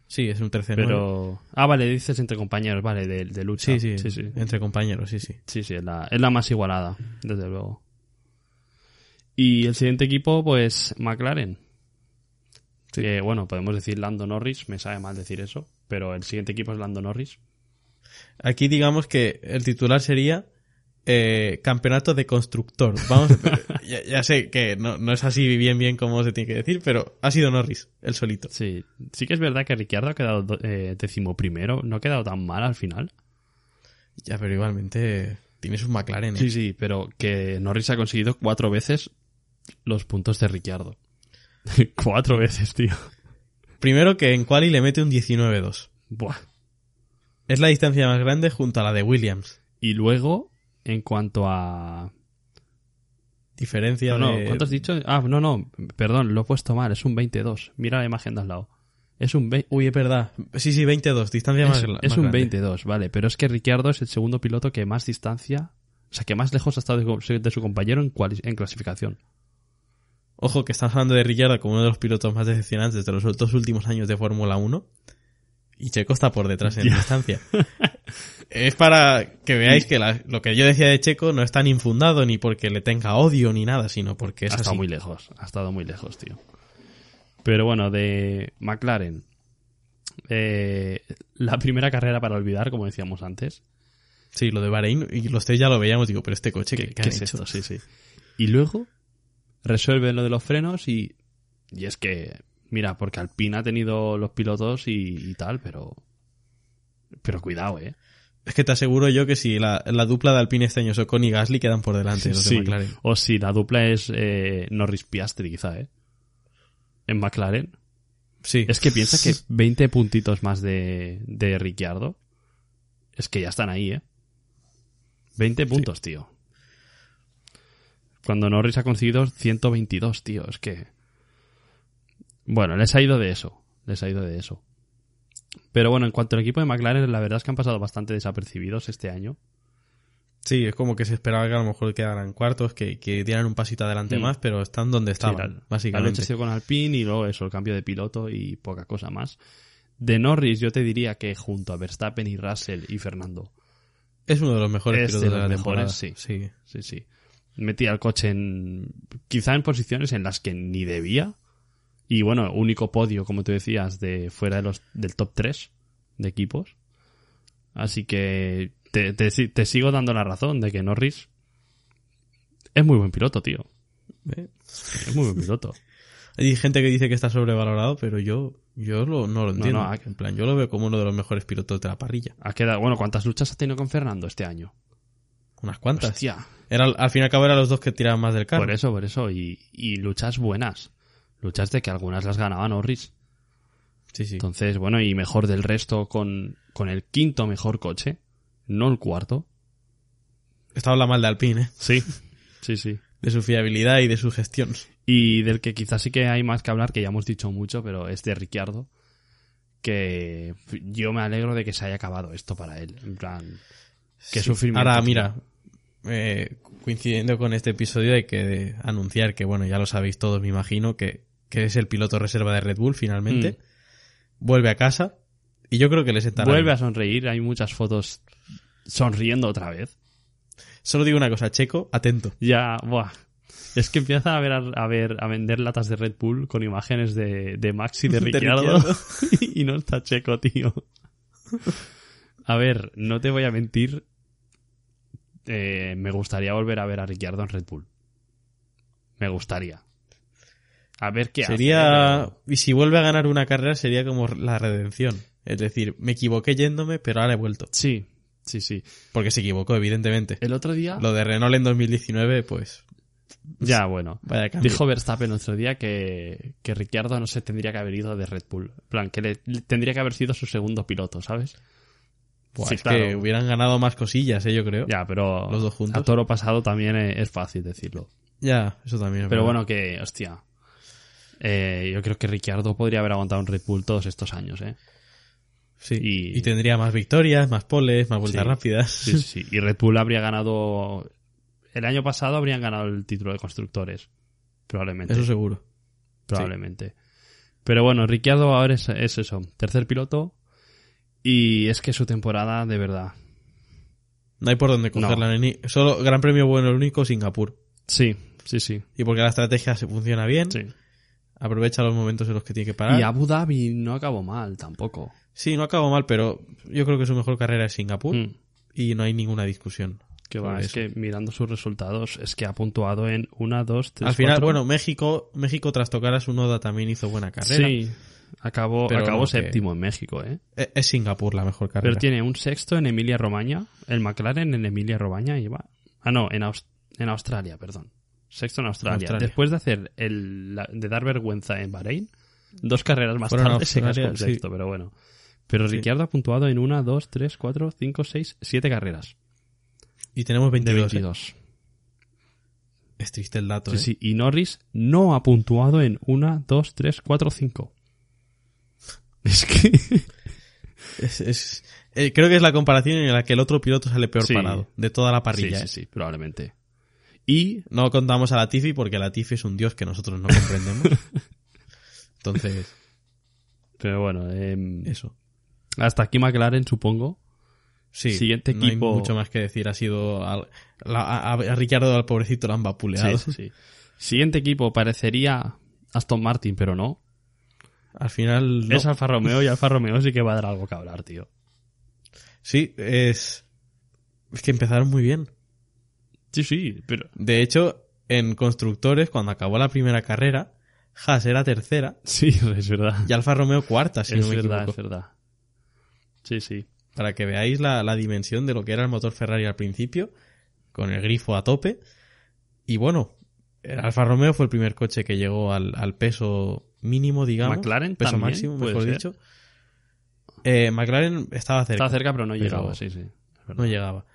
[SPEAKER 1] Sí, es un 13
[SPEAKER 6] Pero. Ah, vale, dices entre compañeros, vale, de, de lucha.
[SPEAKER 1] Sí, sí,
[SPEAKER 6] sí. Sí,
[SPEAKER 1] entre compañeros, sí, sí.
[SPEAKER 6] Sí, sí, es la, es la más igualada, desde luego. Y el siguiente equipo, pues McLaren. Que, bueno, podemos decir Lando Norris, me sabe mal decir eso, pero el siguiente equipo es Lando Norris.
[SPEAKER 1] Aquí digamos que el titular sería eh, Campeonato de Constructor. Vamos, ya, ya sé que no, no es así bien bien como se tiene que decir, pero ha sido Norris, el solito.
[SPEAKER 6] Sí, sí que es verdad que Ricciardo ha quedado do- eh, decimoprimero, no ha quedado tan mal al final.
[SPEAKER 1] Ya, pero igualmente tiene sus McLaren. ¿eh?
[SPEAKER 6] Sí, sí, pero que Norris ha conseguido cuatro veces los puntos de Ricciardo. cuatro veces, tío.
[SPEAKER 1] Primero que en Quali le mete un 19-2.
[SPEAKER 6] Buah.
[SPEAKER 1] Es la distancia más grande junto a la de Williams.
[SPEAKER 6] Y luego, en cuanto a
[SPEAKER 1] Diferencia
[SPEAKER 6] No, no,
[SPEAKER 1] de...
[SPEAKER 6] ¿cuánto has dicho? Ah, no, no, perdón, lo he puesto mal, es un 22. Mira la imagen de al lado. Es un, vei-
[SPEAKER 1] Uy, es verdad. Sí, sí, 22. Distancia más,
[SPEAKER 6] es,
[SPEAKER 1] gla-
[SPEAKER 6] es
[SPEAKER 1] más
[SPEAKER 6] un
[SPEAKER 1] grande.
[SPEAKER 6] 22, vale, pero es que Ricciardo es el segundo piloto que más distancia, o sea, que más lejos ha estado de, co- de su compañero en, cuali- en clasificación.
[SPEAKER 1] Ojo, que estamos hablando de Ricciardo como uno de los pilotos más decepcionantes de los dos últimos años de Fórmula 1. Y Checo está por detrás en
[SPEAKER 6] Ya.
[SPEAKER 1] distancia. es para que veáis que la- lo que yo decía de Checo no es tan infundado ni porque le tenga odio ni nada, sino porque es
[SPEAKER 6] ha estado
[SPEAKER 1] así.
[SPEAKER 6] muy lejos, ha estado muy lejos, tío. Pero bueno, de McLaren. Eh, la primera carrera para olvidar, como decíamos antes.
[SPEAKER 1] Sí, lo de Bahrein y los tres ya lo veíamos. Digo, pero este coche, ¿qué, qué han
[SPEAKER 6] es
[SPEAKER 1] hecho?
[SPEAKER 6] esto? Sí, sí. Y luego resuelven lo de los frenos y, y es que, mira, porque Alpine ha tenido los pilotos y, y tal, pero pero cuidado, ¿eh?
[SPEAKER 1] Es que te aseguro yo que si la, la dupla de Alpine este año, Socon y Gasly, quedan por delante los de McLaren.
[SPEAKER 6] O si la dupla es eh, Norris Piastri, quizá, ¿eh? En McLaren.
[SPEAKER 1] Sí.
[SPEAKER 6] Es que piensa que 20 puntitos más de, de Ricciardo es que ya están ahí, ¿eh? 20 puntos, tío. Cuando Norris ha conseguido 122, tío. Es que... Bueno, les ha ido de eso. Les ha ido de eso. Pero bueno, en cuanto al equipo de McLaren, la verdad es que han pasado bastante desapercibidos este año.
[SPEAKER 1] Sí, es como que se esperaba que a lo mejor quedaran cuartos, que, que dieran un pasito adelante
[SPEAKER 6] Mm.
[SPEAKER 1] más, pero están donde
[SPEAKER 6] Sí,
[SPEAKER 1] estaban,
[SPEAKER 6] la- La lucha
[SPEAKER 1] básicamente.
[SPEAKER 6] ha sido con Alpine y luego eso, el cambio de piloto y poca cosa más. De Norris, yo te diría que junto a Verstappen y Russell y Fernando.
[SPEAKER 1] Es uno de los mejores
[SPEAKER 6] Es de
[SPEAKER 1] pilotos de, la
[SPEAKER 6] los
[SPEAKER 1] temporada.
[SPEAKER 6] mejores, sí. Sí, sí. Metía el coche en. Quizá en posiciones en las que ni debía. Y bueno, único podio, como tú decías, de fuera de los, del top 3 de equipos. Así que te, te si- te sigo dando la razón de que Norris es muy buen piloto, tío.
[SPEAKER 1] ¿Eh?
[SPEAKER 6] Es muy buen piloto.
[SPEAKER 1] Hay gente que dice que está sobrevalorado, pero yo, yo lo- no lo entiendo.
[SPEAKER 6] no, ah, a-
[SPEAKER 1] En plan, yo lo veo como uno de los mejores pilotos de la parrilla.
[SPEAKER 6] Ha quedado, bueno, ¿cuántas luchas ha tenido con Fernando este año?
[SPEAKER 1] Unas cuantas.
[SPEAKER 6] Hostia.
[SPEAKER 1] Era, al fin y al cabo eran los dos que tiraban más del carro.
[SPEAKER 6] Por eso, por eso. Y, y luchas buenas. Luchas de que algunas las ganaba Norris.
[SPEAKER 1] Sí, sí.
[SPEAKER 6] Entonces, bueno, y mejor del resto con, con el quinto mejor coche, no el cuarto.
[SPEAKER 1] Estaba la mal de Alpine, ¿eh?
[SPEAKER 6] Sí, sí, sí.
[SPEAKER 1] de su fiabilidad y de su gestión.
[SPEAKER 6] Y del que quizás sí que hay más que hablar, que ya hemos dicho mucho, pero es de Ricciardo, que yo me alegro de que se haya acabado esto para él. En plan, que
[SPEAKER 1] Sí.
[SPEAKER 6] sufrimiento.
[SPEAKER 1] Ahora,
[SPEAKER 6] tío.
[SPEAKER 1] mira, eh, coincidiendo con este episodio hay que anunciar que, bueno, ya lo sabéis todos, me imagino, que, que es el piloto reserva de Red Bull finalmente. Vuelve a casa y yo creo que le sentará.
[SPEAKER 6] Mm. Vuelve
[SPEAKER 1] bien.
[SPEAKER 6] a sonreír, hay muchas fotos sonriendo otra vez.
[SPEAKER 1] Solo digo una cosa, Checo, atento.
[SPEAKER 6] Ya, buah. Es que empieza a ver, a ver a vender latas de Red Bull con imágenes de, de Max y de
[SPEAKER 1] De
[SPEAKER 6] Ricciardo
[SPEAKER 1] Ricciardo.
[SPEAKER 6] y no está Checo, tío. A ver, no te voy a mentir. Eh, me gustaría volver a ver a Ricciardo en Red Bull. Me gustaría. A ver qué hace, ¿eh?
[SPEAKER 1] sería,
[SPEAKER 6] pero-
[SPEAKER 1] y si vuelve a ganar una carrera sería como la redención. Es decir, me equivoqué yéndome, pero ahora he vuelto.
[SPEAKER 6] Sí, sí, sí.
[SPEAKER 1] Porque se equivocó, evidentemente.
[SPEAKER 6] El otro día.
[SPEAKER 1] Lo de Renault en 2019, pues,
[SPEAKER 6] Ya, bueno.
[SPEAKER 1] vaya cambio.
[SPEAKER 6] Dijo Verstappen otro día que, que Ricciardo no se tendría que haber ido de Red Bull. En plan, que le, le tendría que haber sido su segundo piloto, ¿sabes?
[SPEAKER 1] Buah,
[SPEAKER 6] sí,
[SPEAKER 1] es que
[SPEAKER 6] claro.
[SPEAKER 1] hubieran ganado más cosillas, eh, yo creo.
[SPEAKER 6] Ya, pero
[SPEAKER 1] Los dos juntos.
[SPEAKER 6] a toro pasado también e- es, fácil decirlo.
[SPEAKER 1] Ya, eso también. es
[SPEAKER 6] Pero
[SPEAKER 1] verdad.
[SPEAKER 6] bueno, que, hostia. eh, yo creo que Ricciardo podría haber aguantado un Red Bull todos estos años, ¿eh?
[SPEAKER 1] Sí. Y...
[SPEAKER 6] y-
[SPEAKER 1] tendría más victorias, más poles, más vueltas
[SPEAKER 6] Sí.
[SPEAKER 1] rápidas.
[SPEAKER 6] Sí, sí, sí. Y Red Bull habría ganado. El año pasado habrían ganado el título de constructores. Probablemente.
[SPEAKER 1] Eso seguro.
[SPEAKER 6] probablemente. Pero bueno, Ricciardo ahora es, es eso, tercer piloto. Y es que su temporada, de verdad.
[SPEAKER 1] No hay por dónde cogerla. ni- Solo Gran Premio bueno, el único Singapur.
[SPEAKER 6] Sí, sí, sí.
[SPEAKER 1] Y porque la estrategia se funciona bien,
[SPEAKER 6] sí.
[SPEAKER 1] aprovecha los momentos en los que tiene que parar.
[SPEAKER 6] Y Abu Dhabi no acabó mal tampoco.
[SPEAKER 1] Sí, no acabó mal, pero yo creo que su mejor carrera es Singapur
[SPEAKER 6] Mm,
[SPEAKER 1] y no hay ninguna discusión.
[SPEAKER 6] que va,
[SPEAKER 1] sobre
[SPEAKER 6] es
[SPEAKER 1] eso.
[SPEAKER 6] que mirando sus resultados, es que ha puntuado en 1, 2, 3,
[SPEAKER 1] Al final,
[SPEAKER 6] 4.
[SPEAKER 1] bueno, México, México tras tocar a su noda también hizo buena carrera.
[SPEAKER 6] sí. Acabó,
[SPEAKER 1] Pero
[SPEAKER 6] acabó
[SPEAKER 1] no, que-
[SPEAKER 6] séptimo en México, ¿eh?
[SPEAKER 1] E- Es Singapur la mejor carrera.
[SPEAKER 6] Pero tiene un sexto en Emilia-Romaña. El McLaren en Emilia-Romaña lleva. Ah, no, en, Aus- en Australia, perdón. Sexto en Australia.
[SPEAKER 1] Australia.
[SPEAKER 6] Después de hacer el, la- de dar vergüenza en Bahrein, dos carreras más
[SPEAKER 1] Fueron a
[SPEAKER 6] tarde se cascó
[SPEAKER 1] Australia,
[SPEAKER 6] un
[SPEAKER 1] sí.
[SPEAKER 6] sexto, pero bueno. Pero Ricciardo ha puntuado en una, dos, tres, cuatro, cinco, seis, siete carreras.
[SPEAKER 1] Y tenemos
[SPEAKER 6] De
[SPEAKER 1] 22.
[SPEAKER 6] 22.
[SPEAKER 1] ¿eh? Es triste el dato.
[SPEAKER 6] Sí,
[SPEAKER 1] ¿eh?
[SPEAKER 6] sí. Y Norris no ha puntuado en una, dos, tres, cuatro, cinco. Es que.
[SPEAKER 1] Es- es- eh, creo que es la comparación en la que el otro piloto sale peor
[SPEAKER 6] Sí.
[SPEAKER 1] parado de toda la
[SPEAKER 6] sí,
[SPEAKER 1] parrilla.
[SPEAKER 6] sí,
[SPEAKER 1] ¿eh?
[SPEAKER 6] sí, probablemente. Y
[SPEAKER 1] No contamos a la Tifi porque la Tifi es un dios que nosotros no comprendemos. Entonces,
[SPEAKER 6] Pero bueno, em,
[SPEAKER 1] eso.
[SPEAKER 6] hasta aquí McLaren, supongo.
[SPEAKER 1] Sí,
[SPEAKER 6] Siguiente
[SPEAKER 1] no hay
[SPEAKER 6] equipo.
[SPEAKER 1] mucho más que decir. Ha sido al- la- a, a Ricciardo al pobrecito lo han vapuleado.
[SPEAKER 6] Sí, sí, sí. Siguiente equipo parecería Aston Martin, pero no.
[SPEAKER 1] Al final no.
[SPEAKER 6] Es Alfa Romeo y Alfa Romeo sí que va a dar algo que hablar, tío.
[SPEAKER 1] sí es es que empezaron muy bien.
[SPEAKER 6] Sí, sí, pero.
[SPEAKER 1] De hecho, en constructores cuando acabó la primera carrera, Haas era tercera
[SPEAKER 6] Sí, es verdad.
[SPEAKER 1] y Alfa Romeo cuarta, si
[SPEAKER 6] es
[SPEAKER 1] no me
[SPEAKER 6] verdad,
[SPEAKER 1] equivoco.
[SPEAKER 6] es verdad. Sí, sí.
[SPEAKER 1] para que veáis la, la dimensión de lo que era el motor Ferrari al principio, con el grifo a tope. Y bueno, el Alfa Romeo fue el primer coche que llegó al, al peso mínimo, digamos.
[SPEAKER 6] McLaren
[SPEAKER 1] peso
[SPEAKER 6] también,
[SPEAKER 1] máximo,
[SPEAKER 6] puede
[SPEAKER 1] mejor
[SPEAKER 6] ser.
[SPEAKER 1] dicho. Eh, McLaren estaba cerca,
[SPEAKER 6] Está cerca, pero no
[SPEAKER 1] Pero-
[SPEAKER 6] llegaba. Sí, sí. es verdad.
[SPEAKER 1] no llegaba.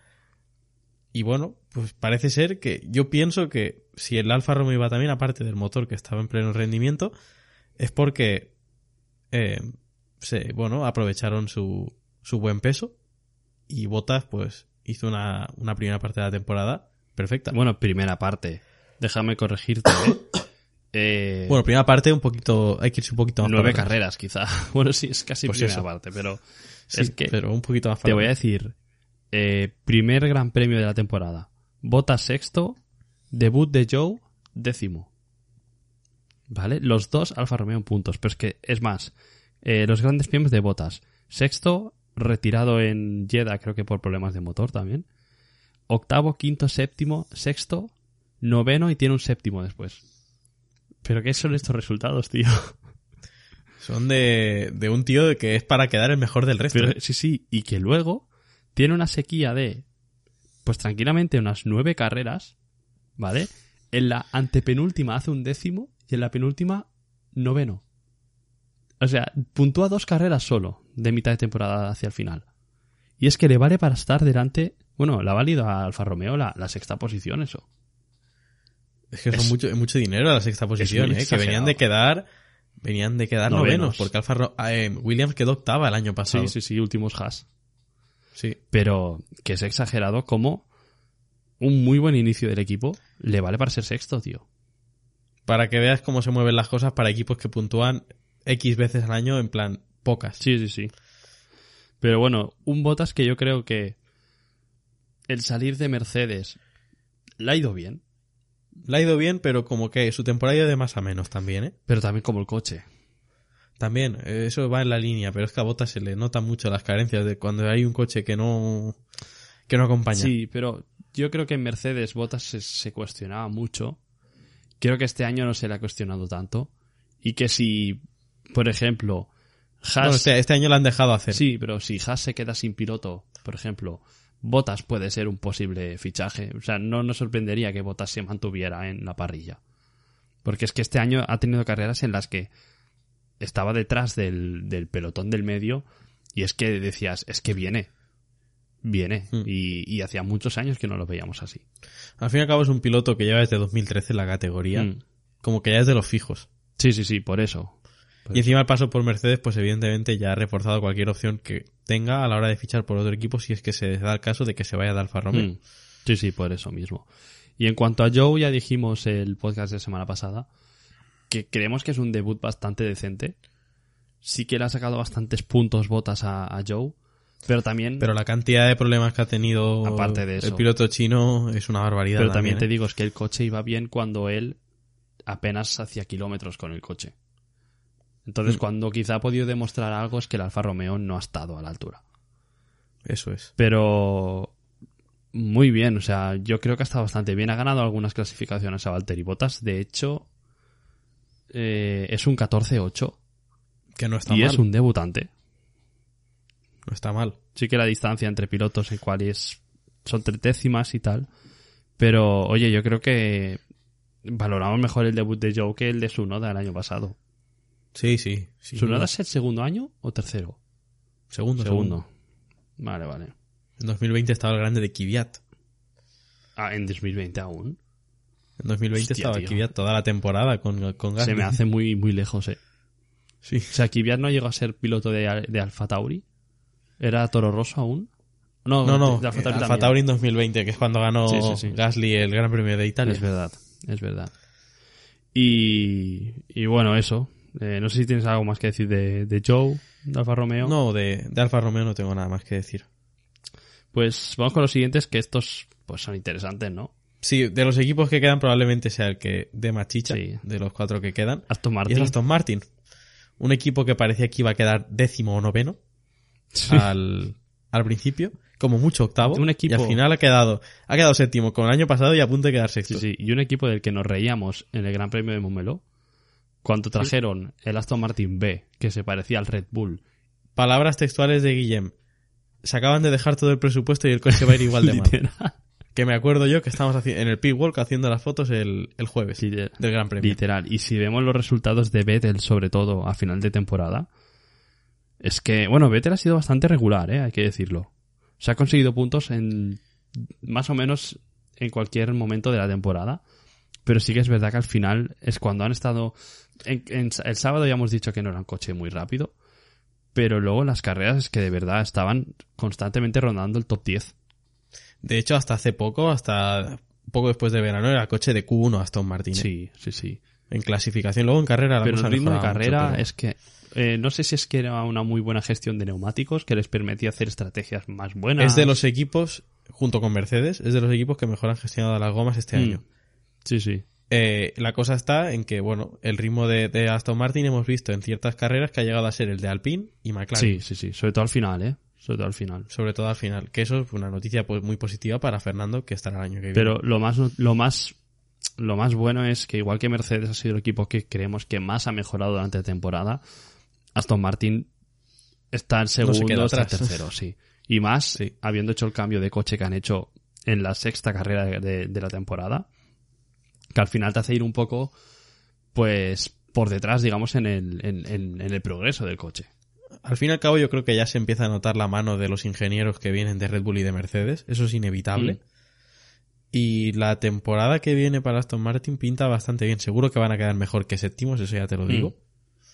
[SPEAKER 1] Y bueno, pues parece ser que yo pienso que si el Alfa Romeo iba también, aparte del motor que estaba en pleno rendimiento, es porque eh, se, bueno, aprovecharon su, su buen peso y Botas pues hizo una, una primera parte de la temporada perfecta. Bueno,
[SPEAKER 6] Bueno, primera parte. Déjame corregirte. ¿eh? Eh,
[SPEAKER 1] primera parte un poquito, hay que irse un poquito más
[SPEAKER 6] nueve
[SPEAKER 1] para atrás.
[SPEAKER 6] carreras, quizá. Bueno, sí, es casi
[SPEAKER 1] Pues
[SPEAKER 6] primera
[SPEAKER 1] eso.
[SPEAKER 6] parte, pero.
[SPEAKER 1] Sí,
[SPEAKER 6] es que
[SPEAKER 1] pero un poquito más
[SPEAKER 6] Te
[SPEAKER 1] para
[SPEAKER 6] voy a
[SPEAKER 1] atrás.
[SPEAKER 6] decir, eh, primer gran premio de la temporada. Bota sexto, debut de Joe décimo. ¿Vale? Los dos Alfa Romeo en puntos. Pero es que, es más, eh, los grandes premios de botas. Sexto, retirado en Jeddah, creo que por problemas de motor también. Octavo, quinto, séptimo, sexto, noveno y tiene un séptimo después. ¿Pero qué son estos resultados, tío?
[SPEAKER 1] Son de, de un tío de que es para quedar el mejor del resto.
[SPEAKER 6] Pero-
[SPEAKER 1] ¿eh?
[SPEAKER 6] sí, sí, y que luego tiene una sequía de, pues tranquilamente, unas nueve carreras, ¿vale? En la antepenúltima hace un décimo y en la penúltima noveno. O sea, puntúa dos carreras solo, de mitad de temporada hacia el final. Y es que le vale para estar delante, bueno, la ha valido a Alfa Romeo la, la sexta posición, eso.
[SPEAKER 1] Es que son
[SPEAKER 6] Es-
[SPEAKER 1] mucho, es mucho dinero a la sexta posición,
[SPEAKER 6] muy
[SPEAKER 1] ¿eh? que venían
[SPEAKER 6] exagerado.
[SPEAKER 1] de quedar venían de quedar novenos,
[SPEAKER 6] Novenos.
[SPEAKER 1] porque Alfa Ro- ah, eh, Williams quedó octava el año pasado.
[SPEAKER 6] Sí, sí, sí, últimos has.
[SPEAKER 1] Sí.
[SPEAKER 6] Pero que es exagerado como un muy buen inicio del equipo, le vale para ser sexto, tío.
[SPEAKER 1] Para que veas cómo se mueven las cosas para equipos que puntúan X veces al año, en plan, pocas.
[SPEAKER 6] Sí, sí, sí. Pero bueno, un Botas que yo creo que el salir de Mercedes le ha ido bien,
[SPEAKER 1] Le ha ido bien, pero como que su temporada ha ido de más a menos también, ¿eh?
[SPEAKER 6] pero también como el coche.
[SPEAKER 1] También, eh, eso va en la línea, pero es que a Bottas se le notan mucho las carencias de cuando hay un coche que no que no acompaña.
[SPEAKER 6] Sí, pero yo creo que en Mercedes Botas se, se cuestionaba mucho. Creo que este año no se le ha cuestionado tanto. Y que si, por ejemplo, Haas.
[SPEAKER 1] Bueno, este, este año lo han dejado hacer.
[SPEAKER 6] Sí, pero si Haas se queda sin piloto, por ejemplo, Botas puede ser un posible fichaje. O sea, no nos sorprendería que Botas se mantuviera en la parrilla. Porque es que este año ha tenido carreras en las que estaba detrás del, del pelotón del medio y es que decías, es que viene. Viene.
[SPEAKER 1] Mm.
[SPEAKER 6] Y, y hacía muchos años que no lo veíamos así.
[SPEAKER 1] Al fin y al cabo es un piloto que lleva desde 2013 en la categoría,
[SPEAKER 6] Mm.
[SPEAKER 1] como que ya es de los fijos.
[SPEAKER 6] Sí, sí, sí, por eso. Pues-
[SPEAKER 1] Y encima el paso por Mercedes, pues evidentemente ya ha reforzado cualquier opción que tenga a la hora de fichar por otro equipo si es que se da el caso de que se vaya de Alfa Romeo.
[SPEAKER 6] Mm. Sí, sí, por eso mismo. Y en cuanto a Joe, ya dijimos el podcast de semana pasada que creemos que es un debut bastante decente. Sí que le ha sacado bastantes puntos botas a, a Joe, pero también,
[SPEAKER 1] Pero la cantidad de problemas que ha tenido
[SPEAKER 6] Aparte de eso.
[SPEAKER 1] el piloto chino es una barbaridad.
[SPEAKER 6] pero también, te
[SPEAKER 1] ¿eh?
[SPEAKER 6] digo, es que el coche iba bien cuando él apenas hacía kilómetros con el coche. Entonces,
[SPEAKER 1] Mm.
[SPEAKER 6] cuando quizá ha podido demostrar algo es que el Alfa Romeo no ha estado a la altura.
[SPEAKER 1] ¿eh? Eso es.
[SPEAKER 6] Pero muy bien, o sea, yo creo que ha estado bastante bien. Ha ganado algunas clasificaciones a Valtteri Bottas. De hecho, eh, es un 14-8
[SPEAKER 1] Que no está
[SPEAKER 6] y
[SPEAKER 1] mal.
[SPEAKER 6] es un debutante.
[SPEAKER 1] No está mal.
[SPEAKER 6] Sí que la distancia entre pilotos en cual es, son tres décimas y tal. Pero, oye, yo creo que valoramos mejor el debut de Joe que el de Sunoda el año pasado.
[SPEAKER 1] Sí, sí. sí.
[SPEAKER 6] ¿Sunoda es el segundo año o tercero?
[SPEAKER 1] Segundo, segundo.
[SPEAKER 6] Segundo. Vale, vale.
[SPEAKER 1] En 2020 estaba el grande de Kvyat.
[SPEAKER 6] Ah, en 2020 aún.
[SPEAKER 1] En 2020
[SPEAKER 6] Hostia,
[SPEAKER 1] estaba
[SPEAKER 6] tío.
[SPEAKER 1] Kvyat toda la temporada con, con Gasly.
[SPEAKER 6] Se me hace muy, muy lejos, eh.
[SPEAKER 1] Sí.
[SPEAKER 6] O sea, Kvyat no llegó a ser piloto de, de Alfa Tauri. ¿Era Toro Rosso aún? No,
[SPEAKER 1] No, no. eh,
[SPEAKER 6] de Alfa Tauri.
[SPEAKER 1] Alfa
[SPEAKER 6] también. ¿eh?
[SPEAKER 1] Tauri en 2020, que es cuando ganó
[SPEAKER 6] Sí, sí, sí.
[SPEAKER 1] Gasly el Gran Premio de Italia.
[SPEAKER 6] Es verdad, es verdad. Y, y bueno, eso. Eh, no sé si tienes algo más que decir de, de Joe, de Alfa Romeo.
[SPEAKER 1] No, de, de Alfa Romeo no tengo nada más que decir.
[SPEAKER 6] Pues vamos con los siguientes, que estos pues son interesantes, ¿no?
[SPEAKER 1] Sí, de los equipos que quedan probablemente sea el que de más chicha,
[SPEAKER 6] Sí.
[SPEAKER 1] de los cuatro que quedan.
[SPEAKER 6] Aston
[SPEAKER 1] Y
[SPEAKER 6] Martin.
[SPEAKER 1] es Aston Martin. Un equipo que parecía que iba a quedar décimo o noveno al, al principio, como mucho octavo.
[SPEAKER 6] Un equipo-
[SPEAKER 1] Y al final ha quedado, ha quedado séptimo con el año pasado y a punto de quedar sexto.
[SPEAKER 6] Sí, sí. Y un equipo del que nos reíamos en el Gran Premio de Montmeló. Cuando trajeron el Aston Martin B, que se parecía al Red Bull,
[SPEAKER 1] Palabras textuales de Guillem. Se acaban de dejar todo el presupuesto y el coche va a ir igual de mal.
[SPEAKER 6] literal,
[SPEAKER 1] que me acuerdo yo que estábamos haci- en el pit walk haciendo las fotos el, el jueves
[SPEAKER 6] literal.
[SPEAKER 1] del Gran Premio.
[SPEAKER 6] Literal. Y si vemos los resultados de Vettel, sobre todo a final de temporada, es que, bueno, Vettel ha sido bastante regular, ¿eh? hay que decirlo. Se ha conseguido puntos en más o menos en cualquier momento de la temporada. Pero sí que es verdad que al final es cuando han estado... en- en- el sábado ya hemos dicho que no era un coche muy rápido. Pero luego las carreras es que de verdad estaban constantemente rondando el top 10.
[SPEAKER 1] De hecho, hasta hace poco, hasta poco después de verano, era coche de Q1 Aston Martin. ¿eh?
[SPEAKER 6] Sí, sí, sí.
[SPEAKER 1] En clasificación, luego en carrera. La
[SPEAKER 6] pero
[SPEAKER 1] cosa
[SPEAKER 6] el ritmo de
[SPEAKER 1] mejoraba pues mucho,
[SPEAKER 6] carrera
[SPEAKER 1] pero-
[SPEAKER 6] es que eh, no sé si es que era una muy buena gestión de neumáticos que les permitía hacer estrategias más buenas. Mm.
[SPEAKER 1] Es de los equipos, junto con Mercedes, es de los equipos que mejor han gestionado las gomas este
[SPEAKER 6] Mm.
[SPEAKER 1] año.
[SPEAKER 6] Sí, sí.
[SPEAKER 1] Eh, la cosa está en que, bueno, el ritmo de, de Aston Martin hemos visto en ciertas carreras que ha llegado a ser el de Alpine y McLaren.
[SPEAKER 6] Sí, sí, sí. Sobre todo al final, ¿eh? Sobre todo al final.
[SPEAKER 1] Sobre todo al final. Que eso es una noticia pues, muy positiva para Fernando, que estará el año que viene.
[SPEAKER 6] Pero lo más, lo más, lo más bueno es que igual que Mercedes ha sido el equipo que creemos que más ha mejorado durante la temporada, Aston Martin está en segundo,
[SPEAKER 1] queda
[SPEAKER 6] está en
[SPEAKER 1] atrás.
[SPEAKER 6] tercero, sí. Y más
[SPEAKER 1] Sí.
[SPEAKER 6] habiendo hecho el cambio de coche que han hecho en la sexta carrera de, de- de la temporada, que al final te hace ir un poco, pues, por detrás, digamos, en el, en- en- en el progreso del coche.
[SPEAKER 1] Al fin y al cabo, yo creo que ya se empieza a notar la mano de los ingenieros que vienen de Red Bull y de Mercedes. Eso es inevitable.
[SPEAKER 6] Mm.
[SPEAKER 1] Y la temporada que viene para Aston Martin pinta bastante bien. Seguro que van a quedar mejor que séptimos, eso ya te lo digo.
[SPEAKER 6] Mm.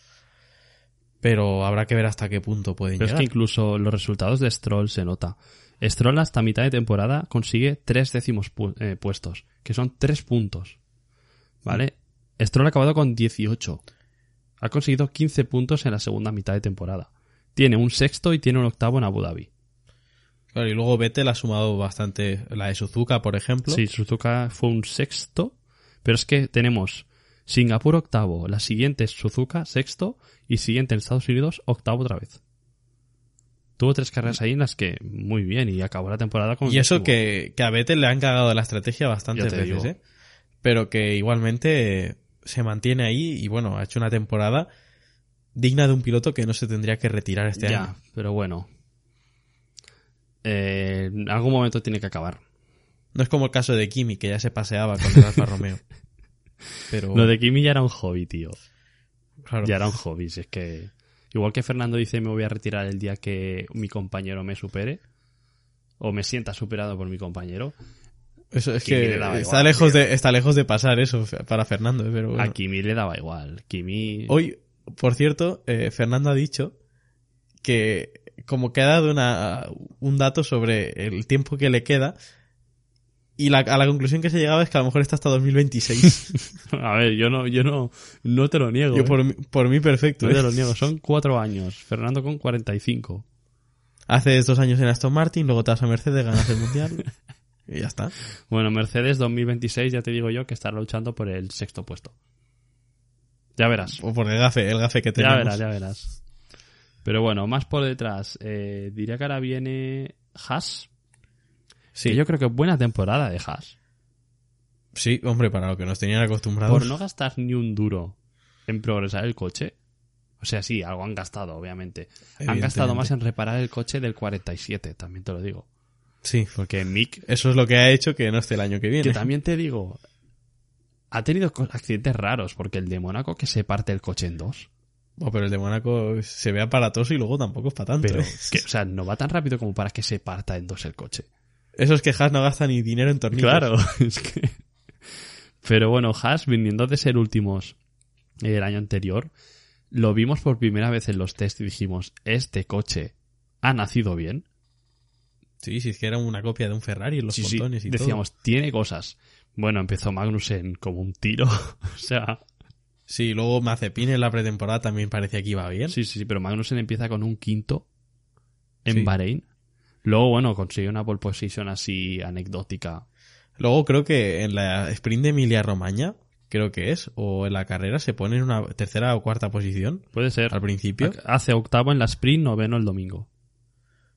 [SPEAKER 1] Pero habrá que ver hasta qué punto pueden
[SPEAKER 6] Pero es
[SPEAKER 1] llegar.
[SPEAKER 6] que incluso los resultados de Stroll se nota. Stroll hasta mitad de temporada consigue tres décimos pu- eh, puestos, que son tres puntos. ¿Vale? Stroll ha acabado con 18. Ha conseguido 15 puntos en la segunda mitad de temporada. Tiene un sexto y tiene un octavo en Abu Dhabi.
[SPEAKER 1] Claro, y luego Vettel ha sumado bastante la de Suzuka, por ejemplo.
[SPEAKER 6] Sí, Suzuka fue un sexto, pero es que tenemos Singapur octavo, la siguiente es Suzuka sexto y siguiente en Estados Unidos octavo otra vez. Tuvo tres carreras ahí en las que muy bien y acabó la temporada con
[SPEAKER 1] Y eso
[SPEAKER 6] décimo.
[SPEAKER 1] que, que a Vettel le han cagado la estrategia bastantes
[SPEAKER 6] Ya te
[SPEAKER 1] veces,
[SPEAKER 6] digo.
[SPEAKER 1] ¿eh? Pero que igualmente se mantiene ahí y bueno, ha hecho una temporada digna de un piloto que no se tendría que retirar este
[SPEAKER 6] ya,
[SPEAKER 1] año.
[SPEAKER 6] pero bueno. Eh, en algún momento tiene que acabar.
[SPEAKER 1] No es como el caso de Kimi, que ya se paseaba con el Alfa Romeo. Pero,
[SPEAKER 6] Lo de Kimi ya era un hobby, tío.
[SPEAKER 1] claro,
[SPEAKER 6] Ya era un hobby, si es que... Igual que Fernando dice me voy a retirar el día que mi compañero me supere, o me sienta superado por mi compañero,
[SPEAKER 1] eso es
[SPEAKER 6] Kimi
[SPEAKER 1] que
[SPEAKER 6] le daba
[SPEAKER 1] está
[SPEAKER 6] igual,
[SPEAKER 1] lejos, de, está lejos de pasar eso para Fernando, ¿eh? pero bueno.
[SPEAKER 6] a Kimi le daba igual. Kimi...
[SPEAKER 1] Hoy, por cierto, eh, Fernando ha dicho que como que ha dado una, un dato sobre el tiempo que le queda y la- a la conclusión que se llegaba es que a lo mejor está hasta 2026.
[SPEAKER 6] A ver, yo no, yo no, no te lo niego.
[SPEAKER 1] Yo
[SPEAKER 6] ¿eh?
[SPEAKER 1] por, mí- por mí perfecto.
[SPEAKER 6] No te
[SPEAKER 1] ¿eh?
[SPEAKER 6] lo niego. Son cuatro años. Fernando con 45.
[SPEAKER 1] Haces dos años en Aston Martin, luego te vas a Mercedes, ganas el Mundial y ya está.
[SPEAKER 6] Bueno, Mercedes 2026, ya te digo yo, que estará luchando por el sexto puesto. Ya verás.
[SPEAKER 1] O por el gafe, el gafe que tenemos.
[SPEAKER 6] Ya verás, ya verás. Pero bueno, más por detrás. Eh, diría que ahora viene Haas.
[SPEAKER 1] Sí,
[SPEAKER 6] Que yo creo que buena temporada de Haas.
[SPEAKER 1] sí, hombre, para lo que nos tenían acostumbrados.
[SPEAKER 6] Por no gastar ni un duro en progresar el coche. O sea, sí, algo han gastado, obviamente. Han gastado
[SPEAKER 1] Evidentemente.
[SPEAKER 6] más en reparar el coche del 47, también te lo digo.
[SPEAKER 1] Sí,
[SPEAKER 6] Porque Mick
[SPEAKER 1] eso es lo que ha hecho que no esté el año que viene.
[SPEAKER 6] Que también te digo, ha tenido co- accidentes raros, porque el de Mónaco que se parte el coche en dos.
[SPEAKER 1] Oh, pero el de Mónaco se ve aparatoso y luego tampoco es para tanto.
[SPEAKER 6] Pero,
[SPEAKER 1] ¿eh?
[SPEAKER 6] que, o sea, no va tan rápido como para que se parta en dos el coche.
[SPEAKER 1] Esos que Haas no gasta ni dinero en tornillos.
[SPEAKER 6] es que... Pero bueno, Haas, viniendo de ser últimos eh, el año anterior, lo vimos por primera vez en los test y dijimos, este coche ha nacido bien.
[SPEAKER 1] Sí, sí, es que era una copia de un Ferrari en los
[SPEAKER 6] Sí, sí,
[SPEAKER 1] botones y todo.
[SPEAKER 6] decíamos, tiene cosas. Bueno, empezó Magnussen como un tiro. o sea,
[SPEAKER 1] Sí, luego Mazepin en la pretemporada también parecía que iba bien.
[SPEAKER 6] Sí, sí, sí, pero Magnussen empieza con un quinto en
[SPEAKER 1] Sí.
[SPEAKER 6] Bahrein. Luego, bueno, consigue una pole position así anecdótica.
[SPEAKER 1] Luego creo que en la sprint de Emilia Romagna, creo que es, o en la carrera, se pone en una tercera o cuarta posición
[SPEAKER 6] Puede ser.
[SPEAKER 1] al principio.
[SPEAKER 6] Hace octavo en la sprint, noveno el domingo.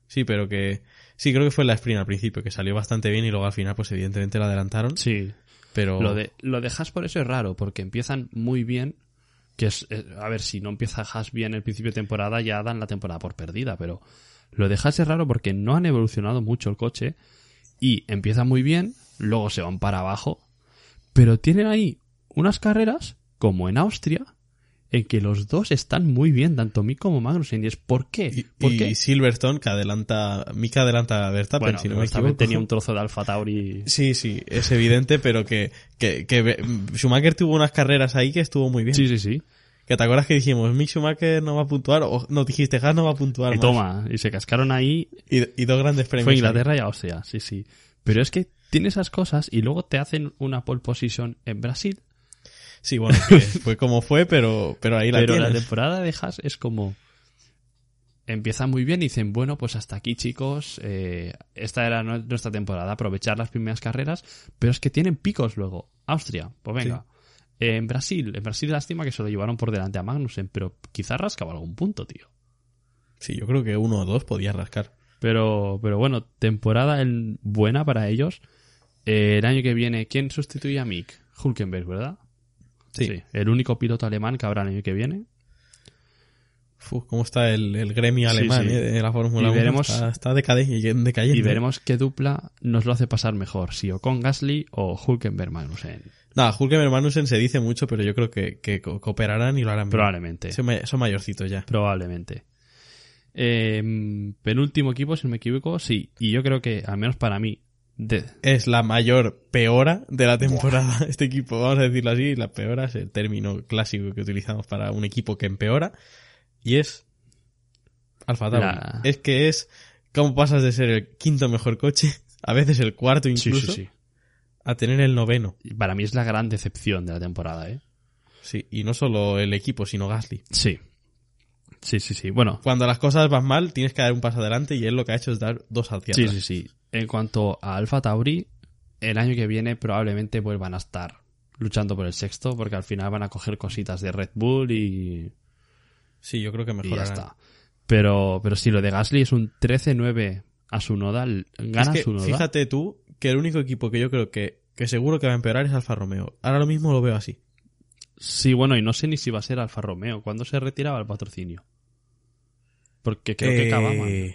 [SPEAKER 1] Sí, pero que... Sí, creo que fue en la sprint al principio, que salió bastante bien y luego al final, pues evidentemente la adelantaron.
[SPEAKER 6] Sí.
[SPEAKER 1] pero...
[SPEAKER 6] Lo de, lo de Haas por eso es raro, porque empiezan muy bien. Que es, eh, a ver, si no empieza Haas bien el principio de temporada, ya dan la temporada por perdida, pero lo de Haas es raro porque no han evolucionado mucho el coche y empieza muy bien, luego se van para abajo, pero tienen ahí unas carreras, como en Austria, en que los dos están muy bien, tanto Mick como Magnussen, y es ¿por
[SPEAKER 1] Y,
[SPEAKER 6] qué? ¿Por
[SPEAKER 1] y
[SPEAKER 6] qué?
[SPEAKER 1] Silverstone, que adelanta... Mika adelanta a Verstappen,
[SPEAKER 6] Bueno,
[SPEAKER 1] si no me
[SPEAKER 6] Verstappen
[SPEAKER 1] equivoco.
[SPEAKER 6] tenía un trozo de Alfa Tauri.
[SPEAKER 1] Sí, sí, es evidente, pero que, que, que Be- Schumacher tuvo unas carreras ahí que estuvo muy bien.
[SPEAKER 6] Sí, sí, sí.
[SPEAKER 1] Que te acuerdas que dijimos, Mick Schumacher no va a puntuar, o no dijiste, Haas no va a puntuar.
[SPEAKER 6] Y
[SPEAKER 1] más.
[SPEAKER 6] toma, y se cascaron ahí
[SPEAKER 1] Y, y dos grandes premios.
[SPEAKER 6] Fue
[SPEAKER 1] ahí.
[SPEAKER 6] Inglaterra y Austria, sí, sí. Pero es que tiene esas cosas y luego te hacen una pole position en Brasil.
[SPEAKER 1] Sí, bueno, que fue como fue, pero, pero ahí la
[SPEAKER 6] pero la
[SPEAKER 1] tienes.
[SPEAKER 6] temporada de Haas es como. Empieza muy bien y dicen, bueno, pues hasta aquí, chicos. eh, esta era nu- nuestra temporada, aprovechar las primeras carreras. Pero es que tienen picos luego. Austria, pues venga. Eh, en Brasil, en Brasil, lástima que se lo llevaron por delante a Magnussen, pero quizás rascaba algún punto, tío.
[SPEAKER 1] Sí, yo creo que uno o dos podía rascar.
[SPEAKER 6] Pero, pero bueno, temporada en- buena para ellos. Eh, el año que viene, ¿quién sustituye a Mick? Hulkenberg, ¿verdad?
[SPEAKER 1] Sí.
[SPEAKER 6] El único piloto alemán que habrá el año que viene.
[SPEAKER 1] Uf, cómo está el, el gremio
[SPEAKER 6] Sí,
[SPEAKER 1] alemán
[SPEAKER 6] sí.
[SPEAKER 1] eh, de la Fórmula
[SPEAKER 6] Y
[SPEAKER 1] 1.
[SPEAKER 6] veremos-
[SPEAKER 1] Está, está decade- decayendo.
[SPEAKER 6] Y veremos qué dupla nos lo hace pasar mejor, si o con Gasly o Hulkenberg Magnussen.
[SPEAKER 1] Nada, Hulkenberg Magnussen se dice mucho, pero yo creo que, que co- cooperarán y lo harán bien.
[SPEAKER 6] Probablemente.
[SPEAKER 1] Son may- Son mayorcitos ya.
[SPEAKER 6] Probablemente. Eh, penúltimo equipo, si no me equivoco, sí. Y yo creo que, al menos para mí, de-
[SPEAKER 1] es la mayor peora de la temporada. Este equipo, vamos a decirlo así, la peora es el término clásico que utilizamos para un equipo que empeora. Y es Alfa Tauri.
[SPEAKER 6] La-
[SPEAKER 1] Es que es ¿Cómo pasas de ser el quinto mejor coche, a veces el cuarto
[SPEAKER 6] Sí,
[SPEAKER 1] incluso,
[SPEAKER 6] sí, sí.
[SPEAKER 1] a tener el noveno?
[SPEAKER 6] Y Para mí es la gran decepción de la temporada, ¿eh?
[SPEAKER 1] Sí, y no solo el equipo, sino Gasly.
[SPEAKER 6] Sí. Sí, sí, sí. Bueno,
[SPEAKER 1] Cuando las cosas van mal, tienes que dar un paso adelante y él lo que ha hecho es dar dos hacia
[SPEAKER 6] sí,
[SPEAKER 1] atrás.
[SPEAKER 6] sí, sí. En cuanto a Alfa Tauri, el año que viene probablemente vuelvan a estar luchando por el sexto, porque al final van a coger cositas de Red Bull y,
[SPEAKER 1] Sí, yo creo que
[SPEAKER 6] y ya
[SPEAKER 1] mejorarán.
[SPEAKER 6] está. Pero, pero sí, lo de Gasly es un 13-9 a su noda. Gana
[SPEAKER 1] es que,
[SPEAKER 6] su noda.
[SPEAKER 1] fíjate tú que el único equipo que yo creo que, que seguro que va a empeorar es Alfa Romeo. Ahora lo mismo lo veo así.
[SPEAKER 6] Sí, bueno, y no sé ni si va a ser Alfa Romeo. ¿Cuándo se retiraba el patrocinio? Porque creo que
[SPEAKER 1] Eh,
[SPEAKER 6] acababan.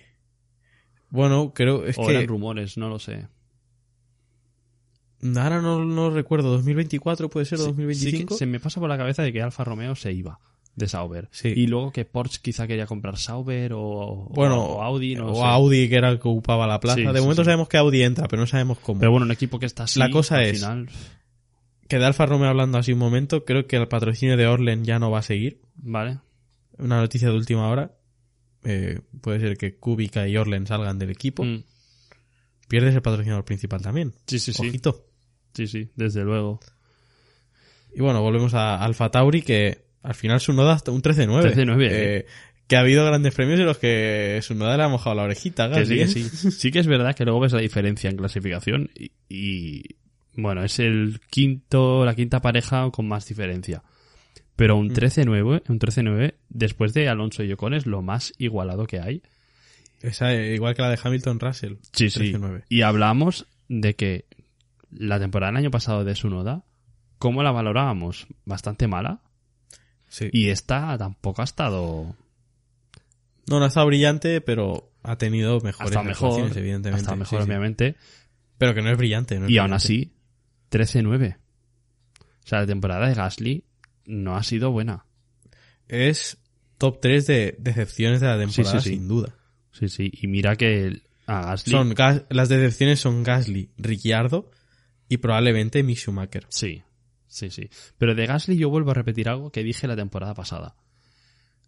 [SPEAKER 1] Bueno, creo es
[SPEAKER 6] O
[SPEAKER 1] que
[SPEAKER 6] eran rumores, no lo sé.
[SPEAKER 1] ahora no, no recuerdo, 2024 puede ser o
[SPEAKER 6] Sí- sí
[SPEAKER 1] 2025.
[SPEAKER 6] que se me pasa por la cabeza de que Alfa Romeo se iba de Sauber.
[SPEAKER 1] Sí.
[SPEAKER 6] Y luego que Porsche quizá quería comprar Sauber o,
[SPEAKER 1] bueno,
[SPEAKER 6] o Audi, no lo
[SPEAKER 1] o
[SPEAKER 6] sé.
[SPEAKER 1] Audi que era el que ocupaba la plaza.
[SPEAKER 6] Sí,
[SPEAKER 1] de
[SPEAKER 6] sí,
[SPEAKER 1] momento
[SPEAKER 6] sí.
[SPEAKER 1] sabemos que Audi entra, pero no sabemos cómo.
[SPEAKER 6] Pero bueno, un equipo que está así,
[SPEAKER 1] La cosa
[SPEAKER 6] al
[SPEAKER 1] es-
[SPEAKER 6] final,
[SPEAKER 1] que de Alfa Romeo hablando así un momento, creo que el patrocinio de Orlen ya no va a seguir.
[SPEAKER 6] vale.
[SPEAKER 1] Una noticia de última hora. Eh, puede ser que Kubica y Orlen salgan del equipo.
[SPEAKER 6] Mm.
[SPEAKER 1] Pierdes el patrocinador principal también.
[SPEAKER 6] Sí, sí, sí.
[SPEAKER 1] Ojito.
[SPEAKER 6] Sí, sí, desde luego.
[SPEAKER 1] Y bueno, volvemos a Alfa Tauri, que al final su noda hasta un 13-9.
[SPEAKER 6] 13-9,
[SPEAKER 1] Eh, que ha habido grandes premios en los que su noda le ha mojado la orejita.
[SPEAKER 6] Que
[SPEAKER 1] Gasly,
[SPEAKER 6] sí, que
[SPEAKER 1] ¿eh?
[SPEAKER 6] sí. Sí que es verdad que luego ves la diferencia en clasificación y, y, bueno, es el quinto, la quinta pareja con más diferencia. Pero
[SPEAKER 1] Mm.
[SPEAKER 6] un 13-9, un 13-9, después de Alonso y Ocon es lo más igualado que hay.
[SPEAKER 1] Esa, eh, igual que la de Hamilton Russell.
[SPEAKER 6] Sí, sí.
[SPEAKER 1] 13-9.
[SPEAKER 6] Y hablamos de que la temporada del año pasado de Sunoda, ¿cómo la valorábamos? Bastante mala.
[SPEAKER 1] Sí.
[SPEAKER 6] Y esta tampoco ha estado
[SPEAKER 1] No, no ha estado brillante, pero ha tenido
[SPEAKER 6] ha
[SPEAKER 1] mejores
[SPEAKER 6] estado mejor.
[SPEAKER 1] actuaciones, evidentemente.
[SPEAKER 6] Ha estado mejor,
[SPEAKER 1] Sí, sí.
[SPEAKER 6] obviamente.
[SPEAKER 1] Pero que no es brillante. no es
[SPEAKER 6] Y aún
[SPEAKER 1] brillante.
[SPEAKER 6] así, 13-9. O sea, la temporada de Gasly no ha sido buena.
[SPEAKER 1] Es top 3 de decepciones de la temporada,
[SPEAKER 6] sí, sí.
[SPEAKER 1] sin duda.
[SPEAKER 6] Sí, sí. Y mira que el- a Gasly.
[SPEAKER 1] Son Gas- las decepciones son Gasly, Ricciardo y probablemente Mick Schumacher.
[SPEAKER 6] Sí, sí, sí. Pero de Gasly yo vuelvo a repetir algo que dije la temporada pasada.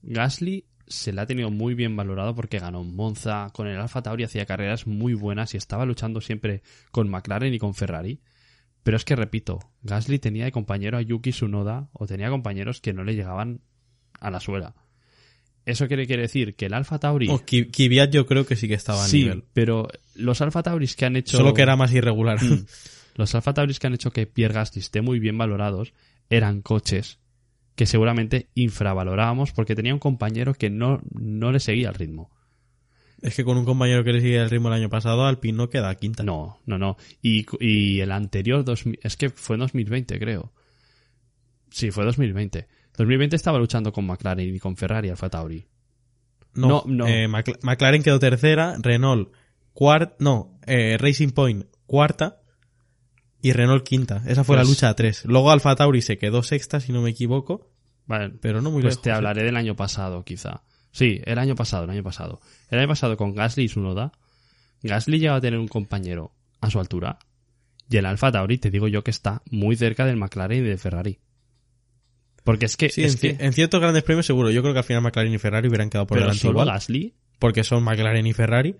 [SPEAKER 6] Gasly se le ha tenido muy bien valorado porque ganó en Monza, con el Alfa Tauri hacía carreras muy buenas y estaba luchando siempre con McLaren y con Ferrari. Pero es que repito, Gasly tenía de compañero a Yuki Tsunoda o tenía compañeros que no le llegaban a la suela. Eso quiere, quiere decir que el Alfa Tauri
[SPEAKER 1] O Ki- Kvyat yo creo que sí que estaba a
[SPEAKER 6] sí,
[SPEAKER 1] nivel.
[SPEAKER 6] pero los Alfa Tauris que han hecho
[SPEAKER 1] Solo que era más irregular.
[SPEAKER 6] Mm. los Alfa Tauris que han hecho que Pierre Gasly esté muy bien valorados eran coches que seguramente infravalorábamos porque tenía un compañero que no, no le seguía el ritmo.
[SPEAKER 1] Es que con un compañero que le sigue el ritmo el año pasado, Alpine no queda quinta.
[SPEAKER 6] No, no, no. Y, y el anterior, 2000 es que fue en 2020, creo. Sí, fue 2020. 2020 estaba luchando con McLaren y con Ferrari Alfa Tauri. no, no.
[SPEAKER 1] Eh, Macla- McLaren quedó tercera, Renault cuarta, no, eh, Racing Point cuarta y Renault quinta. Esa fue la
[SPEAKER 6] Pues-
[SPEAKER 1] lucha a tres. Luego Alfa Tauri se quedó sexta, si no me equivoco,
[SPEAKER 6] Vale,
[SPEAKER 1] pero no muy
[SPEAKER 6] Pues
[SPEAKER 1] lejos.
[SPEAKER 6] te
[SPEAKER 1] ¿eh?
[SPEAKER 6] hablaré del año pasado, quizá. Sí, el año pasado, el año pasado. El año pasado con Gasly y Sunoda, Gasly llegaba a tener un compañero a su altura. Y el Alfa Tauri, te digo yo que está muy cerca del McLaren y del Ferrari. Porque es que,
[SPEAKER 1] Sí,
[SPEAKER 6] es
[SPEAKER 1] en, ci-
[SPEAKER 6] que
[SPEAKER 1] en ciertos grandes premios seguro. Yo creo que al final McLaren y Ferrari hubieran quedado por
[SPEAKER 6] pero
[SPEAKER 1] delante
[SPEAKER 6] solo
[SPEAKER 1] igual,
[SPEAKER 6] Gasly,
[SPEAKER 1] porque son McLaren y Ferrari,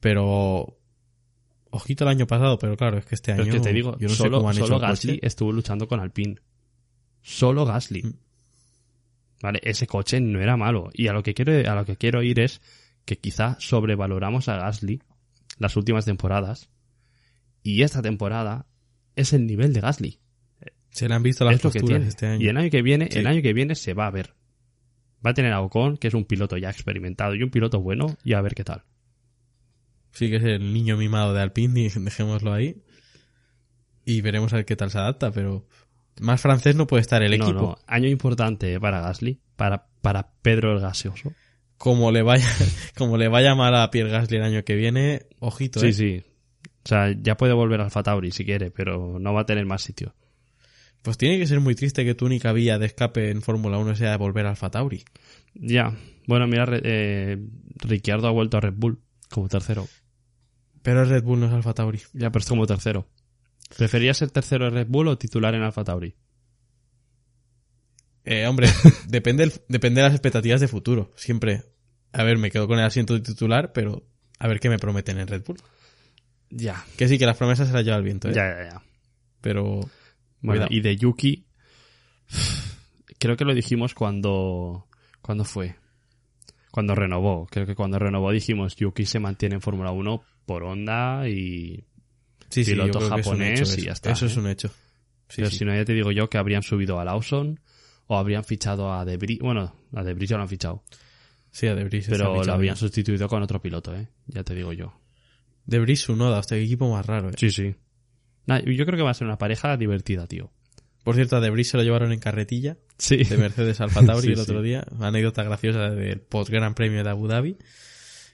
[SPEAKER 1] pero ojito el año pasado, pero claro, es que este
[SPEAKER 6] pero es
[SPEAKER 1] año
[SPEAKER 6] que te digo,
[SPEAKER 1] yo no sé
[SPEAKER 6] solo,
[SPEAKER 1] cómo han
[SPEAKER 6] solo
[SPEAKER 1] hecho el
[SPEAKER 6] Gasly
[SPEAKER 1] coche.
[SPEAKER 6] estuvo luchando con Alpine. Solo Gasly.
[SPEAKER 1] Mm.
[SPEAKER 6] Vale, ese coche no era malo. Y a lo que quiero, a lo que quiero ir es que quizá sobrevaloramos a Gasly las últimas temporadas. Y esta temporada es el nivel de Gasly.
[SPEAKER 1] Se le han visto las
[SPEAKER 6] es lo que
[SPEAKER 1] posturas
[SPEAKER 6] tiene.
[SPEAKER 1] este año.
[SPEAKER 6] Y el año que viene,
[SPEAKER 1] Sí.
[SPEAKER 6] el año que viene se va a ver. Va a tener a Ocon, que es un piloto ya experimentado y un piloto bueno, y a ver qué tal.
[SPEAKER 1] Sí, que es el niño mimado de Alpine, y dejémoslo ahí. Y veremos a ver qué tal se adapta, pero más francés no puede estar el
[SPEAKER 6] No,
[SPEAKER 1] equipo.
[SPEAKER 6] no, año importante para Gasly, para, para Pedro el Gaseoso.
[SPEAKER 1] Como le vaya, como le vaya mal a Pierre Gasly el año que viene, ojito,
[SPEAKER 6] Sí,
[SPEAKER 1] ¿eh?
[SPEAKER 6] sí. O sea, ya puede volver al Fatauri si quiere, pero no va a tener más sitio.
[SPEAKER 1] Pues tiene que ser muy triste que tu única vía de escape en Fórmula 1 sea volver al Fatauri.
[SPEAKER 6] Ya. Bueno, mira, re- eh, Ricciardo ha vuelto a Red Bull como tercero.
[SPEAKER 1] Pero el Red Bull no es Alfa Tauri.
[SPEAKER 6] Ya, pero es como tercero. ¿Preferías ser tercero en Red Bull o titular en Alfa Tauri?
[SPEAKER 1] Eh, hombre, depende, el- depende de las expectativas de futuro, siempre. A ver, me quedo con el asiento de titular, pero A ver qué me prometen en Red Bull.
[SPEAKER 6] Ya,
[SPEAKER 1] Que sí, que las promesas se las lleva el viento, ¿eh?
[SPEAKER 6] ya, ya, ya.
[SPEAKER 1] Pero
[SPEAKER 6] Bueno,
[SPEAKER 1] Cuidado.
[SPEAKER 6] y de Yuki, creo que lo dijimos cuando, cuando fue, cuando renovó. Creo que cuando renovó dijimos Yuki se mantiene en Fórmula 1 por onda y
[SPEAKER 1] sí, sí, yo
[SPEAKER 6] Piloto
[SPEAKER 1] creo que es un
[SPEAKER 6] japonés
[SPEAKER 1] hecho
[SPEAKER 6] y
[SPEAKER 1] eso.
[SPEAKER 6] ya está,
[SPEAKER 1] Eso es
[SPEAKER 6] ¿eh?
[SPEAKER 1] un hecho. Sí,
[SPEAKER 6] pero
[SPEAKER 1] sí.
[SPEAKER 6] si no, ya te digo yo que habrían subido a Lawson o habrían fichado a Debris. Bueno, a Debris ya lo han fichado,
[SPEAKER 1] Sí, a Debris. está
[SPEAKER 6] pero lo
[SPEAKER 1] fichado. ¿eh?
[SPEAKER 6] habrían sustituido con otro piloto, ¿eh? Ya te digo yo.
[SPEAKER 1] Debris, Sunoda, hostia, qué equipo más raro, ¿eh?
[SPEAKER 6] Sí, sí. yo creo que va a ser una pareja divertida, tío.
[SPEAKER 1] Por cierto, a Debris se lo llevaron en carretilla
[SPEAKER 6] Sí.
[SPEAKER 1] de Mercedes Alfa Tauri
[SPEAKER 6] Sí,
[SPEAKER 1] el otro
[SPEAKER 6] sí.
[SPEAKER 1] día. Anécdota graciosa del post Gran Premio de Abu Dhabi.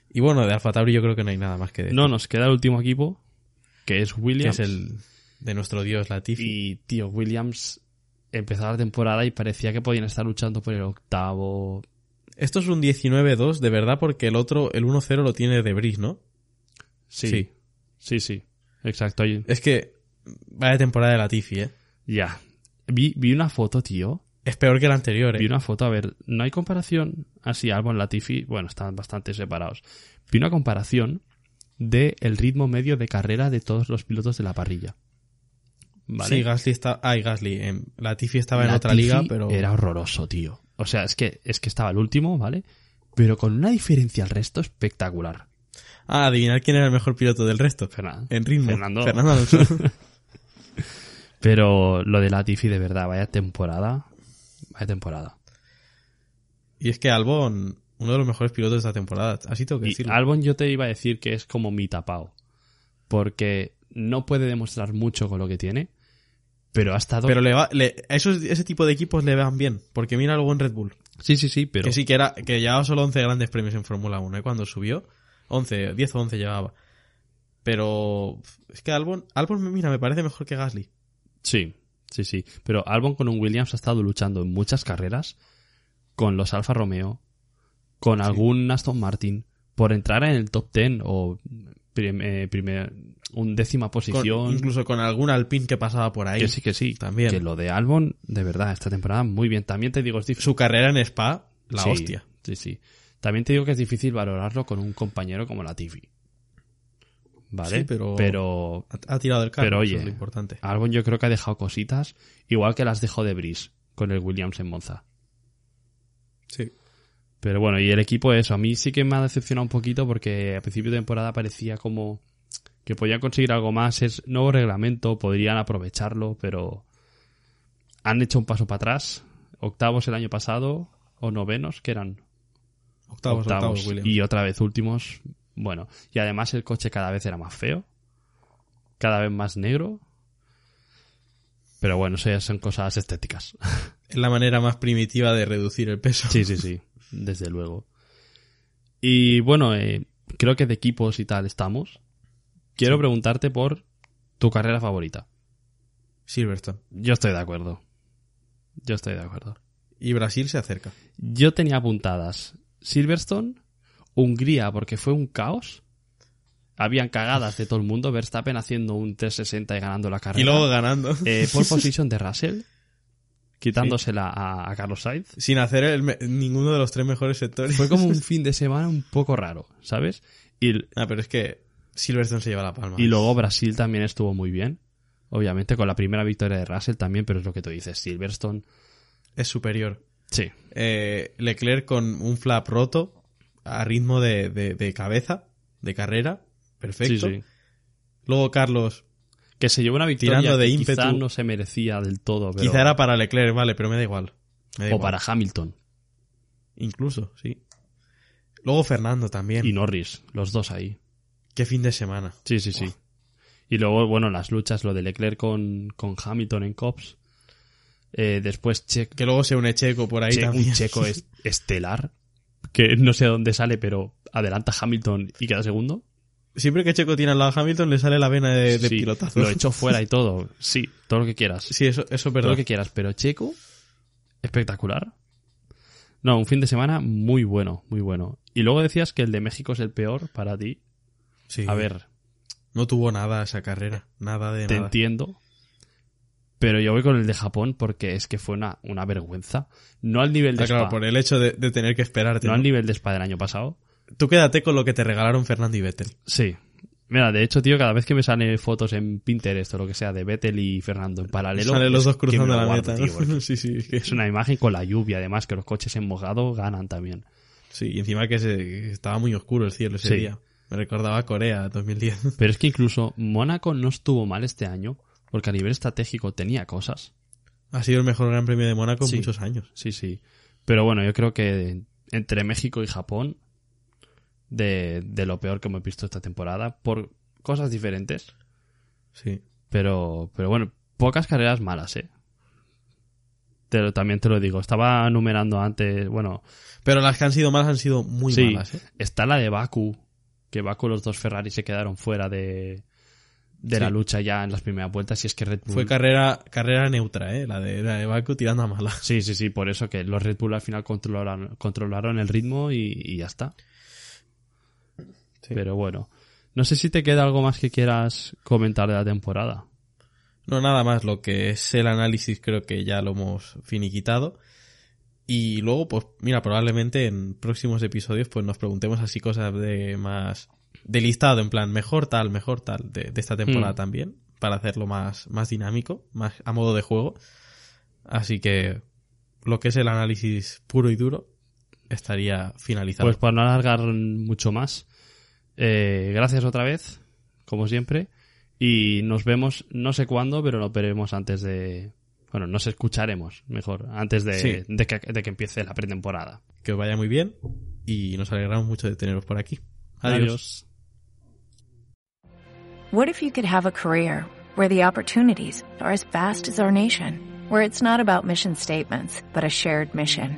[SPEAKER 1] Y bueno, de Alfa Tauri yo creo que no hay nada más que decir.
[SPEAKER 6] No, nos queda el último equipo, que es
[SPEAKER 1] que
[SPEAKER 6] Williams.
[SPEAKER 1] es el de nuestro dios Latifi.
[SPEAKER 6] Y, tío, Williams empezaba la temporada y parecía que podían estar luchando por el octavo.
[SPEAKER 1] Esto es un 19-2, de verdad, porque el otro, el 1-0 lo tiene Debris, ¿no?
[SPEAKER 6] Sí.
[SPEAKER 1] Sí.
[SPEAKER 6] Sí, sí. Exacto. ahí-
[SPEAKER 1] Es que vaya temporada de Latifi, ¿eh?
[SPEAKER 6] Ya. Vi, vi una foto, tío.
[SPEAKER 1] Es peor que la anterior, ¿eh?
[SPEAKER 6] Vi una foto, a ver, no hay comparación. Así, Albon Latifi, bueno, están bastante separados. Vi una comparación de el ritmo medio de carrera de todos los pilotos de la parrilla. ¿Vale?
[SPEAKER 1] Sí, Gasly está... Ay, Gasly. em, Latifi estaba en otra
[SPEAKER 6] Latifi
[SPEAKER 1] liga, pero...
[SPEAKER 6] Era horroroso, tío. O sea, es que, es que estaba el último, ¿vale? Pero con una diferencia al resto espectacular.
[SPEAKER 1] Ah, adivinar quién era el mejor piloto del resto.
[SPEAKER 6] Fernan-
[SPEAKER 1] En ritmo.
[SPEAKER 6] Fernando.
[SPEAKER 1] Alonso.
[SPEAKER 6] Pero lo de Latifi, de verdad, vaya temporada. Vaya temporada.
[SPEAKER 1] y es que Albon, uno de los mejores pilotos de esta temporada. Así tengo que
[SPEAKER 6] Y
[SPEAKER 1] decirlo.
[SPEAKER 6] Albon yo te iba a decir que es como mi tapao. Porque no puede demostrar mucho con lo que tiene. Pero ha estado...
[SPEAKER 1] Pero le va, le- a esos, ese tipo de equipos le van bien. Porque mira algo en Red Bull.
[SPEAKER 6] sí, sí, sí, pero...
[SPEAKER 1] Que sí, que, era, que llevaba solo 11 grandes premios en Fórmula 1. ¿eh? Cuando subió, 11, 10 o 11 llevaba. Pero es que Albon, Albon, mira, me parece mejor que Gasly.
[SPEAKER 6] Sí, sí, sí. Pero Albon con un Williams ha estado luchando en muchas carreras con los Alfa Romeo, con algún Aston Martin, por entrar en el top 10 o prim- eh, primer, un décima
[SPEAKER 1] Con-
[SPEAKER 6] posición.
[SPEAKER 1] incluso con algún Alpine que pasaba por ahí.
[SPEAKER 6] que sí, que sí.
[SPEAKER 1] También.
[SPEAKER 6] Que lo de Albon, de verdad, esta temporada muy bien. También te digo, es difícil.
[SPEAKER 1] Su carrera en Spa, la
[SPEAKER 6] Sí,
[SPEAKER 1] hostia.
[SPEAKER 6] Sí, sí. También te digo que es difícil valorarlo con un compañero como la TV. ¿Vale?
[SPEAKER 1] Sí, pero-
[SPEAKER 6] pero
[SPEAKER 1] Ha, ha tirado el carro,
[SPEAKER 6] Pero
[SPEAKER 1] eso
[SPEAKER 6] oye, ah,
[SPEAKER 1] es lo importante.
[SPEAKER 6] Albon yo creo que ha dejado cositas, igual que las dejó de Brice con el Williams en Monza.
[SPEAKER 1] Sí.
[SPEAKER 6] Pero bueno, y el equipo eso, a mí sí que me ha decepcionado un poquito porque a principio de temporada parecía como que podían conseguir algo más, es nuevo reglamento, podrían aprovecharlo, pero han hecho un paso para atrás, octavos el año pasado o novenos, que eran
[SPEAKER 1] Octavos, octavos, Williams.
[SPEAKER 6] y otra vez últimos, bueno, y además el coche cada vez era más feo, cada vez más negro. Pero bueno, eso ya son cosas estéticas.
[SPEAKER 1] Es la manera más primitiva de reducir el peso.
[SPEAKER 6] Sí, sí, sí, desde luego. Y bueno, eh, creo que de equipos y tal estamos. Quiero preguntarte por tu carrera favorita.
[SPEAKER 1] Silverstone.
[SPEAKER 6] Yo estoy de acuerdo. Yo estoy de acuerdo.
[SPEAKER 1] Y Brasil se acerca.
[SPEAKER 6] Yo tenía apuntadas Silverstone, Hungría, porque fue un caos. Habían cagadas de todo el mundo. Verstappen haciendo un 360 y ganando la carrera.
[SPEAKER 1] Y luego ganando.
[SPEAKER 6] Eh, pole position de Russell, quitándosela a, a Carlos Sainz.
[SPEAKER 1] Sin hacer el me- ninguno de los tres mejores sectores.
[SPEAKER 6] Fue como un fin de semana un poco raro, ¿sabes? Y,
[SPEAKER 1] Ah, pero es que Silverstone se lleva la palma.
[SPEAKER 6] Y luego Brasil también estuvo muy bien. Obviamente con la primera victoria de Russell también, pero es lo que tú dices, Silverstone.
[SPEAKER 1] Es superior.
[SPEAKER 6] Sí,
[SPEAKER 1] Eh, Leclerc con un flap roto a ritmo de, de- de cabeza, de carrera. Perfecto.
[SPEAKER 6] sí, sí.
[SPEAKER 1] Luego Carlos,
[SPEAKER 6] Que se llevó una victoria
[SPEAKER 1] Tirando de
[SPEAKER 6] que quizá
[SPEAKER 1] ímpetu.
[SPEAKER 6] no se merecía del todo, pero...
[SPEAKER 1] quizá era para Leclerc, vale, pero me da igual. Me da
[SPEAKER 6] o
[SPEAKER 1] igual.
[SPEAKER 6] para Hamilton
[SPEAKER 1] Incluso, sí. Luego Fernando también.
[SPEAKER 6] y Norris, los dos ahí.
[SPEAKER 1] Qué fin de semana.
[SPEAKER 6] Sí, sí, sí. Y luego, bueno, las luchas, lo de Leclerc con, con Hamilton en Cops. Eh, después Checo
[SPEAKER 1] Que luego se une Checo por ahí
[SPEAKER 6] Che-
[SPEAKER 1] también.
[SPEAKER 6] un checo es- estelar, que no sé a dónde sale, pero adelanta Hamilton y queda segundo.
[SPEAKER 1] Siempre que Checo tiene al lado a Hamilton le sale la vena Eh, de, de
[SPEAKER 6] Sí,
[SPEAKER 1] pilotazo.
[SPEAKER 6] Lo echó fuera y todo. Sí, todo lo que quieras.
[SPEAKER 1] Sí, eso, eso es
[SPEAKER 6] todo
[SPEAKER 1] verdad.
[SPEAKER 6] lo que quieras, pero Checo, espectacular. No, un fin de semana muy bueno, muy bueno. Y luego decías que el de México es el peor para ti.
[SPEAKER 1] Sí.
[SPEAKER 6] A ver,
[SPEAKER 1] No tuvo nada esa carrera. Nada de
[SPEAKER 6] te
[SPEAKER 1] nada.
[SPEAKER 6] entiendo. Pero yo voy con el de Japón porque es que fue una, una vergüenza. No al nivel de
[SPEAKER 1] Ah, claro,
[SPEAKER 6] Spa,
[SPEAKER 1] por el hecho de, de tener que esperarte.
[SPEAKER 6] no
[SPEAKER 1] ¿no?
[SPEAKER 6] al nivel de Spa del año pasado,
[SPEAKER 1] Tú quédate con lo que te regalaron Fernando y Vettel.
[SPEAKER 6] Sí. Mira, de hecho, tío, cada vez que me salen fotos en Pinterest o lo que sea de Vettel y Fernando en paralelo.
[SPEAKER 1] Salen los
[SPEAKER 6] es
[SPEAKER 1] dos
[SPEAKER 6] que me
[SPEAKER 1] cruzando
[SPEAKER 6] lo
[SPEAKER 1] la
[SPEAKER 6] guardo,
[SPEAKER 1] meta,
[SPEAKER 6] tío,
[SPEAKER 1] ¿no?
[SPEAKER 6] porque
[SPEAKER 1] sí, sí, es que-
[SPEAKER 6] Es una imagen con la lluvia, además, que los coches en mojado ganan también.
[SPEAKER 1] sí. Y encima que se, que estaba muy oscuro el cielo ese
[SPEAKER 6] Sí.
[SPEAKER 1] día. Me recordaba a Corea 2010.
[SPEAKER 6] Pero es que incluso Mónaco no estuvo mal este año, porque a nivel estratégico tenía cosas.
[SPEAKER 1] Ha sido el mejor Gran Premio de Mónaco
[SPEAKER 6] Sí.
[SPEAKER 1] en muchos años.
[SPEAKER 6] Sí, sí. Pero bueno, yo creo que entre México y Japón, de, de lo peor que hemos visto esta temporada, por cosas diferentes.
[SPEAKER 1] Sí.
[SPEAKER 6] Pero, pero bueno, pocas carreras malas, ¿eh? Te lo- también te lo digo. Estaba numerando antes, bueno,
[SPEAKER 1] Pero las que han sido malas han sido muy
[SPEAKER 6] Sí.
[SPEAKER 1] malas, ¿eh?
[SPEAKER 6] está la de Baku, que Baku los dos Ferrari se quedaron fuera de, de la
[SPEAKER 1] Sí.
[SPEAKER 6] lucha ya en las primeras vueltas y es que Red Bull...
[SPEAKER 1] Fue carrera, carrera neutra, ¿eh? La de, la de Baku tirando a mala.
[SPEAKER 6] Sí, sí, sí, por eso que los Red Bull al final controlaron, controlaron el ritmo y, y ya está. Pero bueno, no sé si te queda algo más que quieras comentar de la temporada.
[SPEAKER 1] No, nada más. Lo que es el análisis creo que ya lo hemos finiquitado. Y luego, pues mira, probablemente en próximos episodios pues nos preguntemos así cosas de más... De listado, en plan, mejor tal, mejor tal, de, de esta temporada
[SPEAKER 6] Mm.
[SPEAKER 1] también, para hacerlo más, más dinámico, más a modo de juego. Así que lo que es el análisis puro y duro estaría finalizado.
[SPEAKER 6] Pues para no alargar mucho más, eh, gracias otra vez, como siempre, y nos vemos no sé cuándo, pero nos veremos antes de... Bueno, nos escucharemos, mejor, antes de,
[SPEAKER 1] Sí.
[SPEAKER 6] de que, de que empiece la pretemporada.
[SPEAKER 1] que os vaya muy bien y nos alegramos mucho de teneros por aquí. Adiós.
[SPEAKER 7] What if you could have a career where the opportunities are as vast as our nation, where it's not about mission statements, but a shared mission?